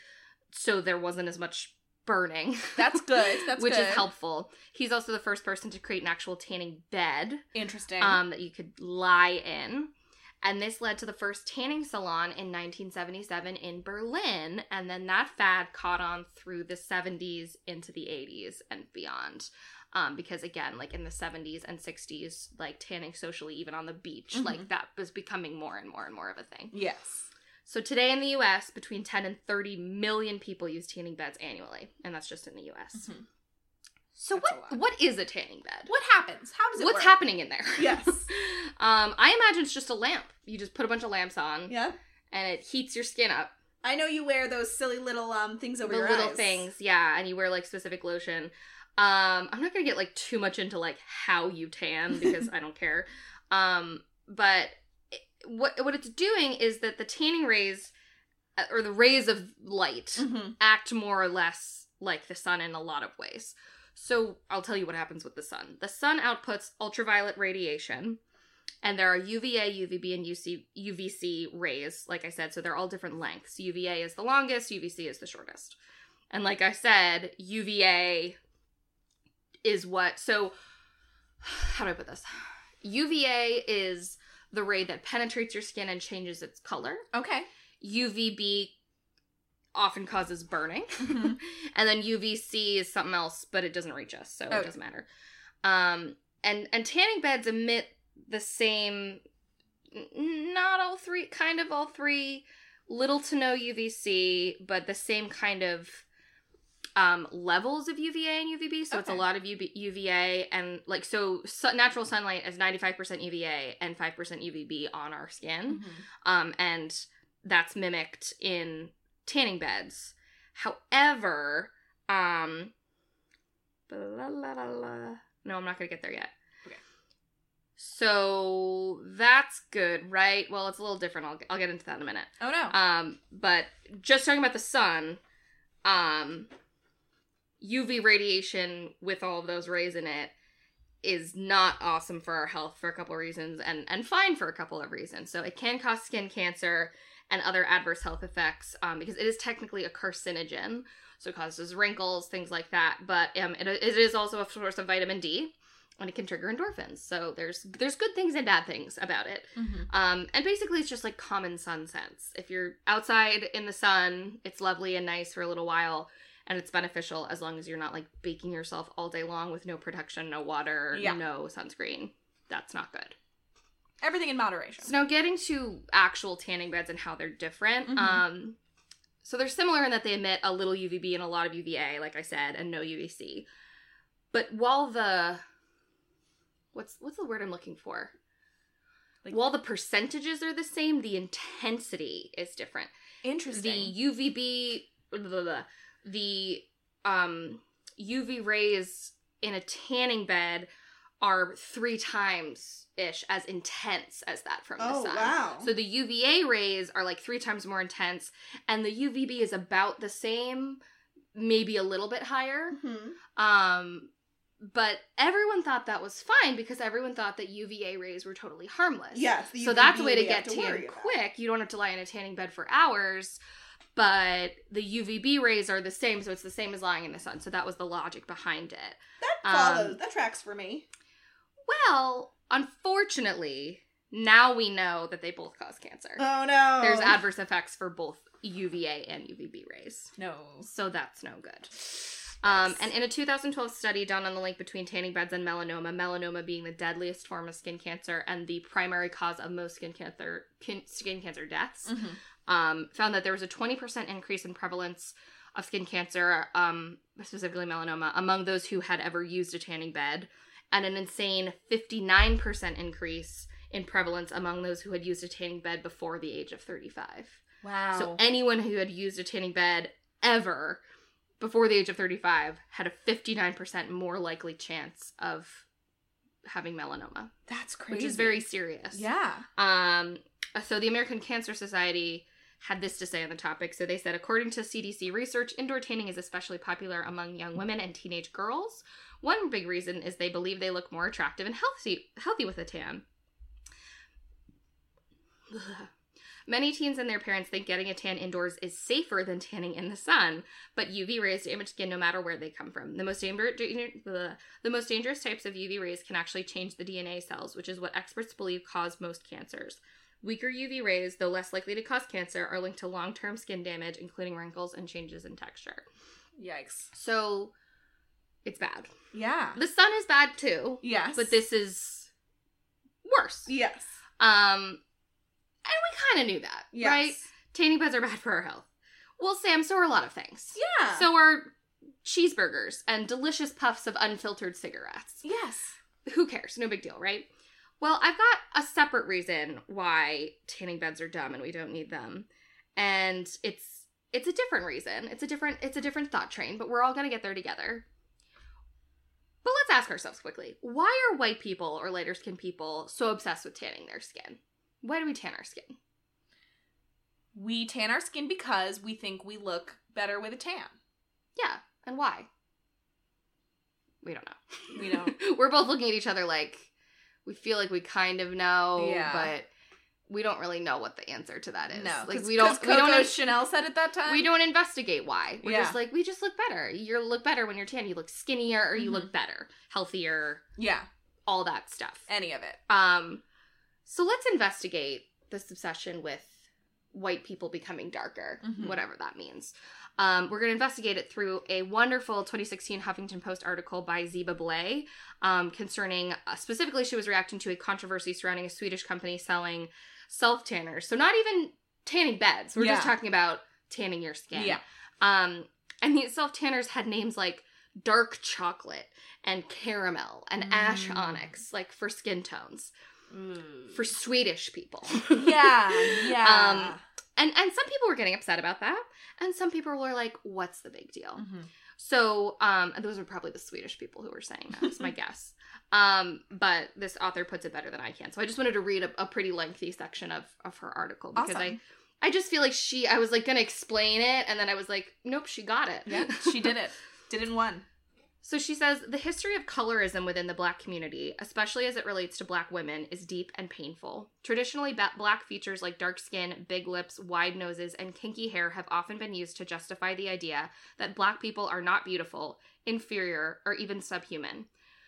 Speaker 2: so there wasn't as much burning.
Speaker 1: That's good. That's
Speaker 2: which is
Speaker 1: good.
Speaker 2: helpful. He's also the first person to create an actual tanning bed
Speaker 1: Interesting.
Speaker 2: um, that you could lie in. And this led to the first tanning salon in 1977 in Berlin. And then that fad caught on through the 70s into the 80s and beyond. Um, because again, like in the 70s and 60s, like tanning socially, even on the beach,
Speaker 1: Mhm.
Speaker 2: like that was becoming more and more and more of a thing.
Speaker 1: yes.
Speaker 2: So today in the US, between 10 and 30 million people use tanning beds annually. And that's just in the US.
Speaker 1: Mhm.
Speaker 2: So
Speaker 1: That's a
Speaker 2: what,
Speaker 1: lot.
Speaker 2: what is a tanning bed?
Speaker 1: What happens? How does it
Speaker 2: What's
Speaker 1: work?
Speaker 2: happening in there?
Speaker 1: Yes.
Speaker 2: Um, I imagine it's just a lamp. You just put a bunch of lamps on,
Speaker 1: yeah.
Speaker 2: and it heats your skin up.
Speaker 1: I know you wear those silly little um things over
Speaker 2: the
Speaker 1: your
Speaker 2: little
Speaker 1: eyes.
Speaker 2: things, yeah. And you wear like specific lotion. Um, I'm not gonna get like too much into like how you tan because I don't care. Um, but it, what what it's doing is that the tanning rays uh, or the rays of light
Speaker 1: Mhm.
Speaker 2: act more or less like the sun in a lot of ways. So I'll tell you what happens with the sun. The sun outputs ultraviolet radiation, and there are UVA, UVB, and UC, UVC rays, like I said. So they're all different lengths. UVA is the longest, UVC is the shortest. And like I said, UVA is what. So how do I put this? UVA is the ray that penetrates your skin and changes its color.
Speaker 1: Okay.
Speaker 2: UVB often causes burning.
Speaker 1: Mhm.
Speaker 2: and then UVC is something else, but it doesn't reach us, so
Speaker 1: Okay.
Speaker 2: it doesn't matter. Um, and and tanning beds emit the same, n- not all three, kind of all three, little to no UVC, but the same kind of um, levels of UVA and UVB. So it's a
Speaker 1: Okay.
Speaker 2: lot of UV- UVA and like so, su- natural sunlight is ninety five percent UVA and five percent UVB on our skin
Speaker 1: Mhm.
Speaker 2: um, and that's mimicked in tanning beds. However, um, blah, blah, blah, blah. no, I'm not gonna get there yet.
Speaker 1: Okay.
Speaker 2: So that's good, right? Well, it's a little different. I'll I'll get into that in a minute.
Speaker 1: Oh no.
Speaker 2: Um, but just talking about the sun, um, UV radiation with all of those rays in it is not awesome for our health for a couple of reasons and and fine for a couple of reasons. So it can cause skin cancer and other adverse health effects um, because it is technically a carcinogen, so it causes wrinkles, things like that. But um, it, it is also a source of vitamin D, and it can trigger endorphins. So there's there's good things and bad things about it.
Speaker 1: Mhm.
Speaker 2: Um, and basically, it's just like common sun sense. If you're outside in the sun, it's lovely and nice for a little while, and it's beneficial as long as you're not like baking yourself all day long with no protection, no water,
Speaker 1: Yeah.
Speaker 2: no sunscreen. That's not good.
Speaker 1: Everything in moderation.
Speaker 2: So now getting to actual tanning beds and how they're different.
Speaker 1: Mhm.
Speaker 2: Um, so they're similar in that they emit a little UVB and a lot of UVA, like I said, and no UVC. But while the what's what's the word I'm looking for?
Speaker 1: Like-
Speaker 2: while the percentages are the same, the intensity is different. The
Speaker 1: Interesting.
Speaker 2: UVB, blah, blah, blah, the um, UV rays in a tanning bed are three times ish as intense as that from
Speaker 1: Oh,
Speaker 2: the sun. So the UVA rays are like three times more intense, and the UVB is about the same, maybe a little bit higher.
Speaker 1: Mhm.
Speaker 2: Um, but everyone thought that was fine because everyone thought that UVA rays were totally harmless.
Speaker 3: Yes. the
Speaker 2: So that's a
Speaker 3: UVB
Speaker 2: way to
Speaker 3: we have
Speaker 2: get tanned
Speaker 3: worry about.
Speaker 2: quick. You don't have to lie in a tanning bed for hours, but the UVB rays are the same, so it's the same as lying in the sun. So that was the logic behind it.
Speaker 3: That
Speaker 2: Um,
Speaker 3: follows. that tracks for me.
Speaker 2: Well, unfortunately, now we know that they both cause cancer.
Speaker 3: Oh no.
Speaker 2: There's adverse effects for both UVA and UVB rays.
Speaker 1: No.
Speaker 2: So that's no good. Um,
Speaker 1: Nice.
Speaker 2: and in a 2012 study done on the link between tanning beds and melanoma, melanoma being the deadliest form of skin cancer and the primary cause of most skin cancer kin- skin cancer deaths,
Speaker 1: Mhm.
Speaker 2: um, found that there was a 20% increase in prevalence of skin cancer, um, specifically melanoma, among those who had ever used a tanning bed, and an insane 59% increase in prevalence among those who had used a tanning bed before the age of 35.
Speaker 1: Wow.
Speaker 2: So anyone who had used a tanning bed ever before the age of 35 had a 59% more likely chance of having melanoma,
Speaker 1: That's crazy.
Speaker 2: which is very serious.
Speaker 1: Yeah.
Speaker 2: Um, so the American Cancer Society had this to say on the topic. So they said, according to CDC research, indoor tanning is especially popular among young women and teenage girls. One big reason is they believe they look more attractive and healthy, healthy with a tan. Ugh. Many teens and their parents think getting a tan indoors is safer than tanning in the sun, but UV rays damage skin no matter where they come from. The most danger, danger- bleh. the most dangerous types of UV rays can actually change the DNA cells, which is what experts believe cause most cancers. Weaker UV rays, though less likely to cause cancer, are linked to long-term skin damage, including wrinkles and changes in texture.
Speaker 1: Yikes.
Speaker 2: So, it's bad.
Speaker 1: Yeah.
Speaker 2: The sun is bad too,
Speaker 1: Yes.
Speaker 2: but this is worse.
Speaker 3: Yes.
Speaker 2: Um, and we kind of knew that,
Speaker 1: Yes.
Speaker 2: right? Tanning beds are bad for our health. Well, Sam, so are a lot of things.
Speaker 1: Yeah.
Speaker 2: So are cheeseburgers and delicious puffs of unfiltered cigarettes.
Speaker 1: yes.
Speaker 2: Who cares? No big deal, right? Well, I've got a separate reason why tanning beds are dumb and we don't need them. And it's it's a different reason. It's a different it's a different thought train, but we're all going to get there together. But let's ask ourselves quickly. Why are white people or lighter skinned people so obsessed with tanning their skin? Why do we tan our skin?
Speaker 1: We tan our skin because we think we look better with a tan.
Speaker 2: Yeah, and why? We don't know.
Speaker 1: We don't.
Speaker 2: We're both looking at each other like we feel like we kind of know,
Speaker 1: Yeah.
Speaker 2: but we don't really know what the answer to that is.
Speaker 1: No,
Speaker 2: like
Speaker 1: 'cause-
Speaker 2: we don't
Speaker 1: 'cause
Speaker 2: we don't
Speaker 1: Coco
Speaker 2: in-
Speaker 1: Chanel said it that time.
Speaker 2: we don't investigate why. We're just
Speaker 1: Yeah.
Speaker 2: like we just look better. You look better when you're tan. You look skinnier, or you
Speaker 1: Mhm.
Speaker 2: look better, healthier,
Speaker 1: Yeah.
Speaker 2: all that stuff.
Speaker 1: Any of it.
Speaker 2: Um, so let's investigate this obsession with white people becoming darker,
Speaker 1: Mhm.
Speaker 2: whatever that means. Um, we're going to investigate it through a wonderful 2016 Huffington Post article by Ziba Blay um, concerning, uh, specifically, she was reacting to a controversy surrounding a Swedish company selling self tanners. So, not even tanning beds. We're just
Speaker 1: Yeah.
Speaker 2: talking about tanning your skin.
Speaker 1: Yeah.
Speaker 2: Um, and these self tanners had names like dark chocolate and caramel and ash
Speaker 1: Mm.
Speaker 2: onyx, like for Mm. skin tones for Swedish people.
Speaker 1: yeah. Yeah.
Speaker 2: Um, and and some people were getting upset about that, and some people were like, "What's the big deal?"
Speaker 1: Mm-hmm.
Speaker 2: So, um, and those are probably the Swedish people who were saying that. Is my guess. Um, but this author puts it better than I can. So I just wanted to read a, a pretty lengthy section of of her article because
Speaker 1: Awesome.
Speaker 2: I I just feel like she I was like gonna explain it, and then I was like, nope, she got it.
Speaker 1: yeah, she did it. Did it in one.
Speaker 2: So she says the history of colorism within the black community, especially as it relates to black women, is deep and painful. Traditionally, ba- black features like dark skin, big lips, wide noses, and kinky hair have often been used to justify the idea that black people are not beautiful, inferior, or even subhuman.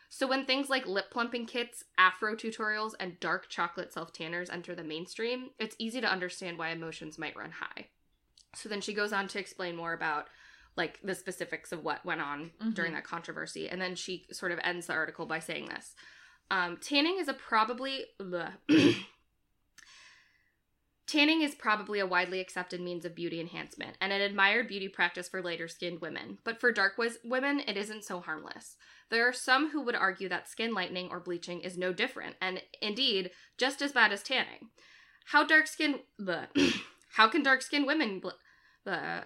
Speaker 2: So when things like lip plumping kits, afro tutorials, and dark chocolate self tanners enter the mainstream, it's easy to understand why emotions might run high. So then she goes on to explain more about like the specifics of what went on
Speaker 1: Mhm.
Speaker 2: during that controversy. And then she sort of ends the article by saying this. Um, tanning is a probably bleh. Tanning is probably a widely accepted means of beauty enhancement and an admired beauty practice for lighter skinned women. But for dark wis- women, it isn't so harmless. There are some who would argue that skin lightening or bleaching is no different and indeed just as bad as tanning. How dark skinned how can dark skinned women bl- bleh.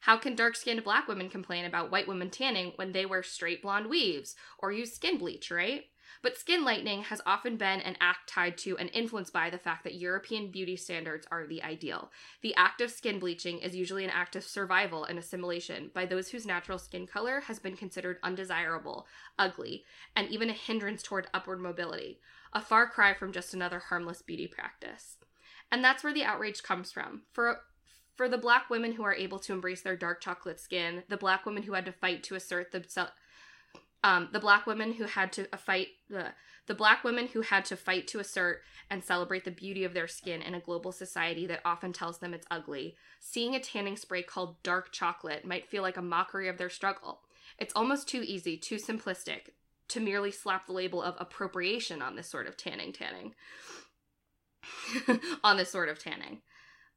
Speaker 2: how can dark skinned black women complain about white women tanning when they wear straight blonde weaves or use skin bleach, right? But skin lightening has often been an act tied to and influenced by the fact that European beauty standards are the ideal. The act of skin bleaching is usually an act of survival and assimilation by those whose natural skin color has been considered undesirable, ugly, and even a hindrance toward upward mobility, a far cry from just another harmless beauty practice. And that's where the outrage comes from. For for the black women who are able to embrace their dark chocolate skin, the black women who had to fight to assert themselves um, the black women who had to uh, fight the the black women who had to fight to assert and celebrate the beauty of their skin in a global society that often tells them it's ugly. Seeing a tanning spray called dark chocolate might feel like a mockery of their struggle. It's almost too easy, too simplistic to merely slap the label of appropriation on this sort of tanning tanning. on this sort of tanning.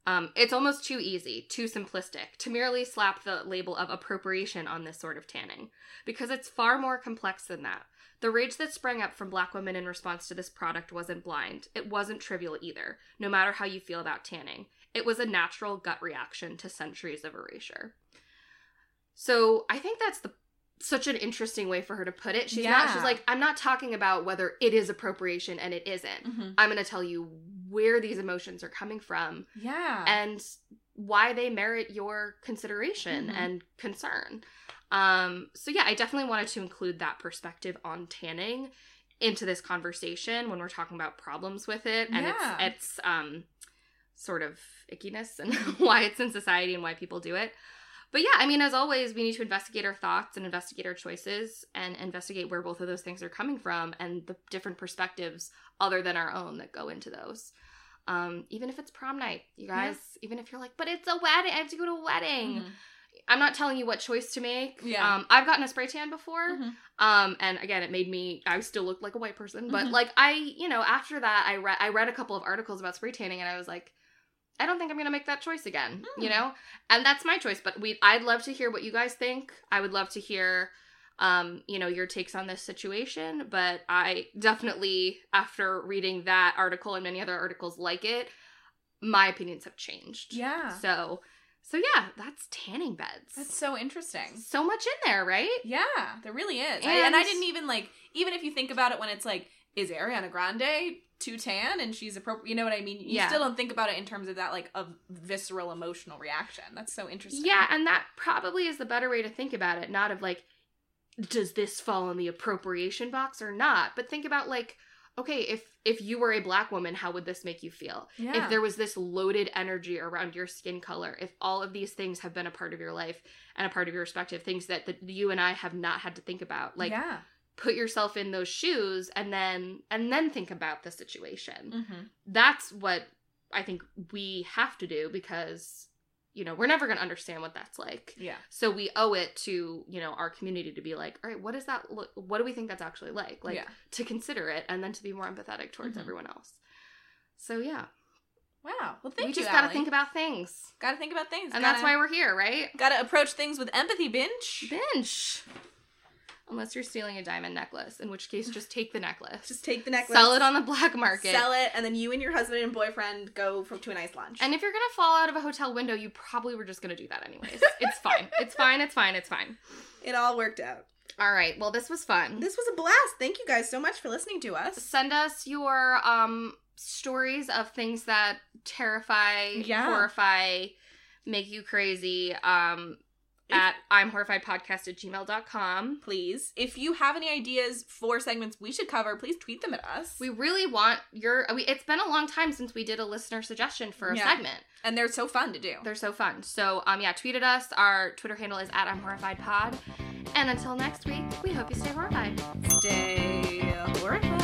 Speaker 2: Um, it's almost too easy, too simplistic, to merely slap the label of appropriation on this sort of tanning because it's far more complex than that. The rage that sprang up from black women in response to this product wasn't blind. It wasn't trivial either, no matter how you feel about tanning. It was a natural gut reaction to centuries of erasure. So I think that's the such an interesting way for her to put it. She's not
Speaker 1: Yeah.
Speaker 2: she's like, I'm not talking about whether it is appropriation and it isn't.
Speaker 1: Mm-hmm.
Speaker 2: I'm going to tell you where these emotions are coming from
Speaker 1: Yeah.
Speaker 2: and why they merit your consideration
Speaker 1: Mhm.
Speaker 2: and concern. Um, so, yeah, I definitely wanted to include that perspective on tanning into this conversation when we're talking about problems with it and
Speaker 1: Yeah.
Speaker 2: its, its um, sort of ickiness and why it's in society and why people do it. But yeah, I mean, as always, we need to investigate our thoughts and investigate our choices and investigate where both of those things are coming from and the different perspectives other than our own that go into those. Um, even if it's prom night, you
Speaker 1: Yeah.
Speaker 2: guys, even if you're like, but it's a wedding, I have to go to a wedding.
Speaker 1: Mhm.
Speaker 2: I'm not telling you what choice to make.
Speaker 1: Yeah.
Speaker 2: Um, I've gotten a spray tan before.
Speaker 1: Mhm.
Speaker 2: Um, and again, it made me. I still looked like a white person, but
Speaker 1: Mhm.
Speaker 2: like I, you know, after that, I read I read a couple of articles about spray tanning, and I was like, I don't think I'm gonna make that choice again, you
Speaker 1: Mm.
Speaker 2: know. And that's my choice. But we, I'd love to hear what you guys think. I would love to hear, um, you know, your takes on this situation. But I definitely, after reading that article and many other articles like it, my opinions have changed.
Speaker 1: Yeah.
Speaker 2: So, so yeah, that's tanning beds.
Speaker 1: That's so interesting.
Speaker 2: so much in there, right?
Speaker 1: Yeah, there really is. And I, and I
Speaker 2: And-
Speaker 1: didn't even like, even if you think about it when it's like, is Ariana Grande too tan and she's appropriate? You know what I mean? You
Speaker 2: Yeah.
Speaker 1: still don't think about it in terms of that like a visceral emotional reaction. That's so interesting.
Speaker 2: Yeah, and that probably is the better way to think about it, not of like, does this fall in the appropriation box or not? But think about like, okay, if if you were a black woman, how would this make you feel?
Speaker 1: yeah.
Speaker 2: If there was this loaded energy around your skin color, if all of these things have been a part of your life and a part of your perspective, things that that you and I have not had to think about, like
Speaker 1: yeah.
Speaker 2: put yourself in those shoes and then and then think about the situation
Speaker 1: Mm-hmm.
Speaker 2: that's what I think we have to do because, you know, we're never going to understand what that's like.
Speaker 1: Yeah.
Speaker 2: So we owe it to, you know, our community to be like, all right, what does that look, what do we think that's actually like? Like
Speaker 1: yeah.
Speaker 2: to consider it and then to be more empathetic towards
Speaker 1: Mhm.
Speaker 2: everyone else. So yeah,
Speaker 1: Wow. Well, thank
Speaker 2: we
Speaker 1: you.
Speaker 2: just
Speaker 1: got
Speaker 2: to think about things.
Speaker 1: Got to think about things.
Speaker 2: and
Speaker 1: gotta,
Speaker 2: that's why we're here, right?
Speaker 1: Got to approach things with empathy, binge.
Speaker 2: Binge. unless you're stealing a diamond necklace, in which case just take the necklace.
Speaker 1: Just take the necklace.
Speaker 2: Sell it on the black market.
Speaker 1: Sell it, and then you and your husband and boyfriend go for, to a nice lunch.
Speaker 2: And if you're gonna fall out of a hotel window, you probably were just gonna do that anyways. it's fine. It's fine. It's fine. It's fine.
Speaker 1: it all worked out.
Speaker 2: All right. Well, this was fun.
Speaker 1: This was a blast. Thank you guys so much for listening to us.
Speaker 2: Send us your um stories of things that terrify,
Speaker 1: Yeah.
Speaker 2: horrify, make you crazy. Um
Speaker 1: If-
Speaker 2: at I'm horrified podcast at gmail.com.
Speaker 1: Please, if you have any ideas for segments we should cover, please tweet them at us.
Speaker 2: We really want your. We, it's been a long time since we did a listener suggestion for a
Speaker 1: Yeah.
Speaker 2: segment.
Speaker 1: and they're so fun to do.
Speaker 2: They're so fun. So um yeah, tweet at us. Our Twitter handle is at I'm horrified pod. And until next week, we hope you stay horrified.
Speaker 1: Stay horrified.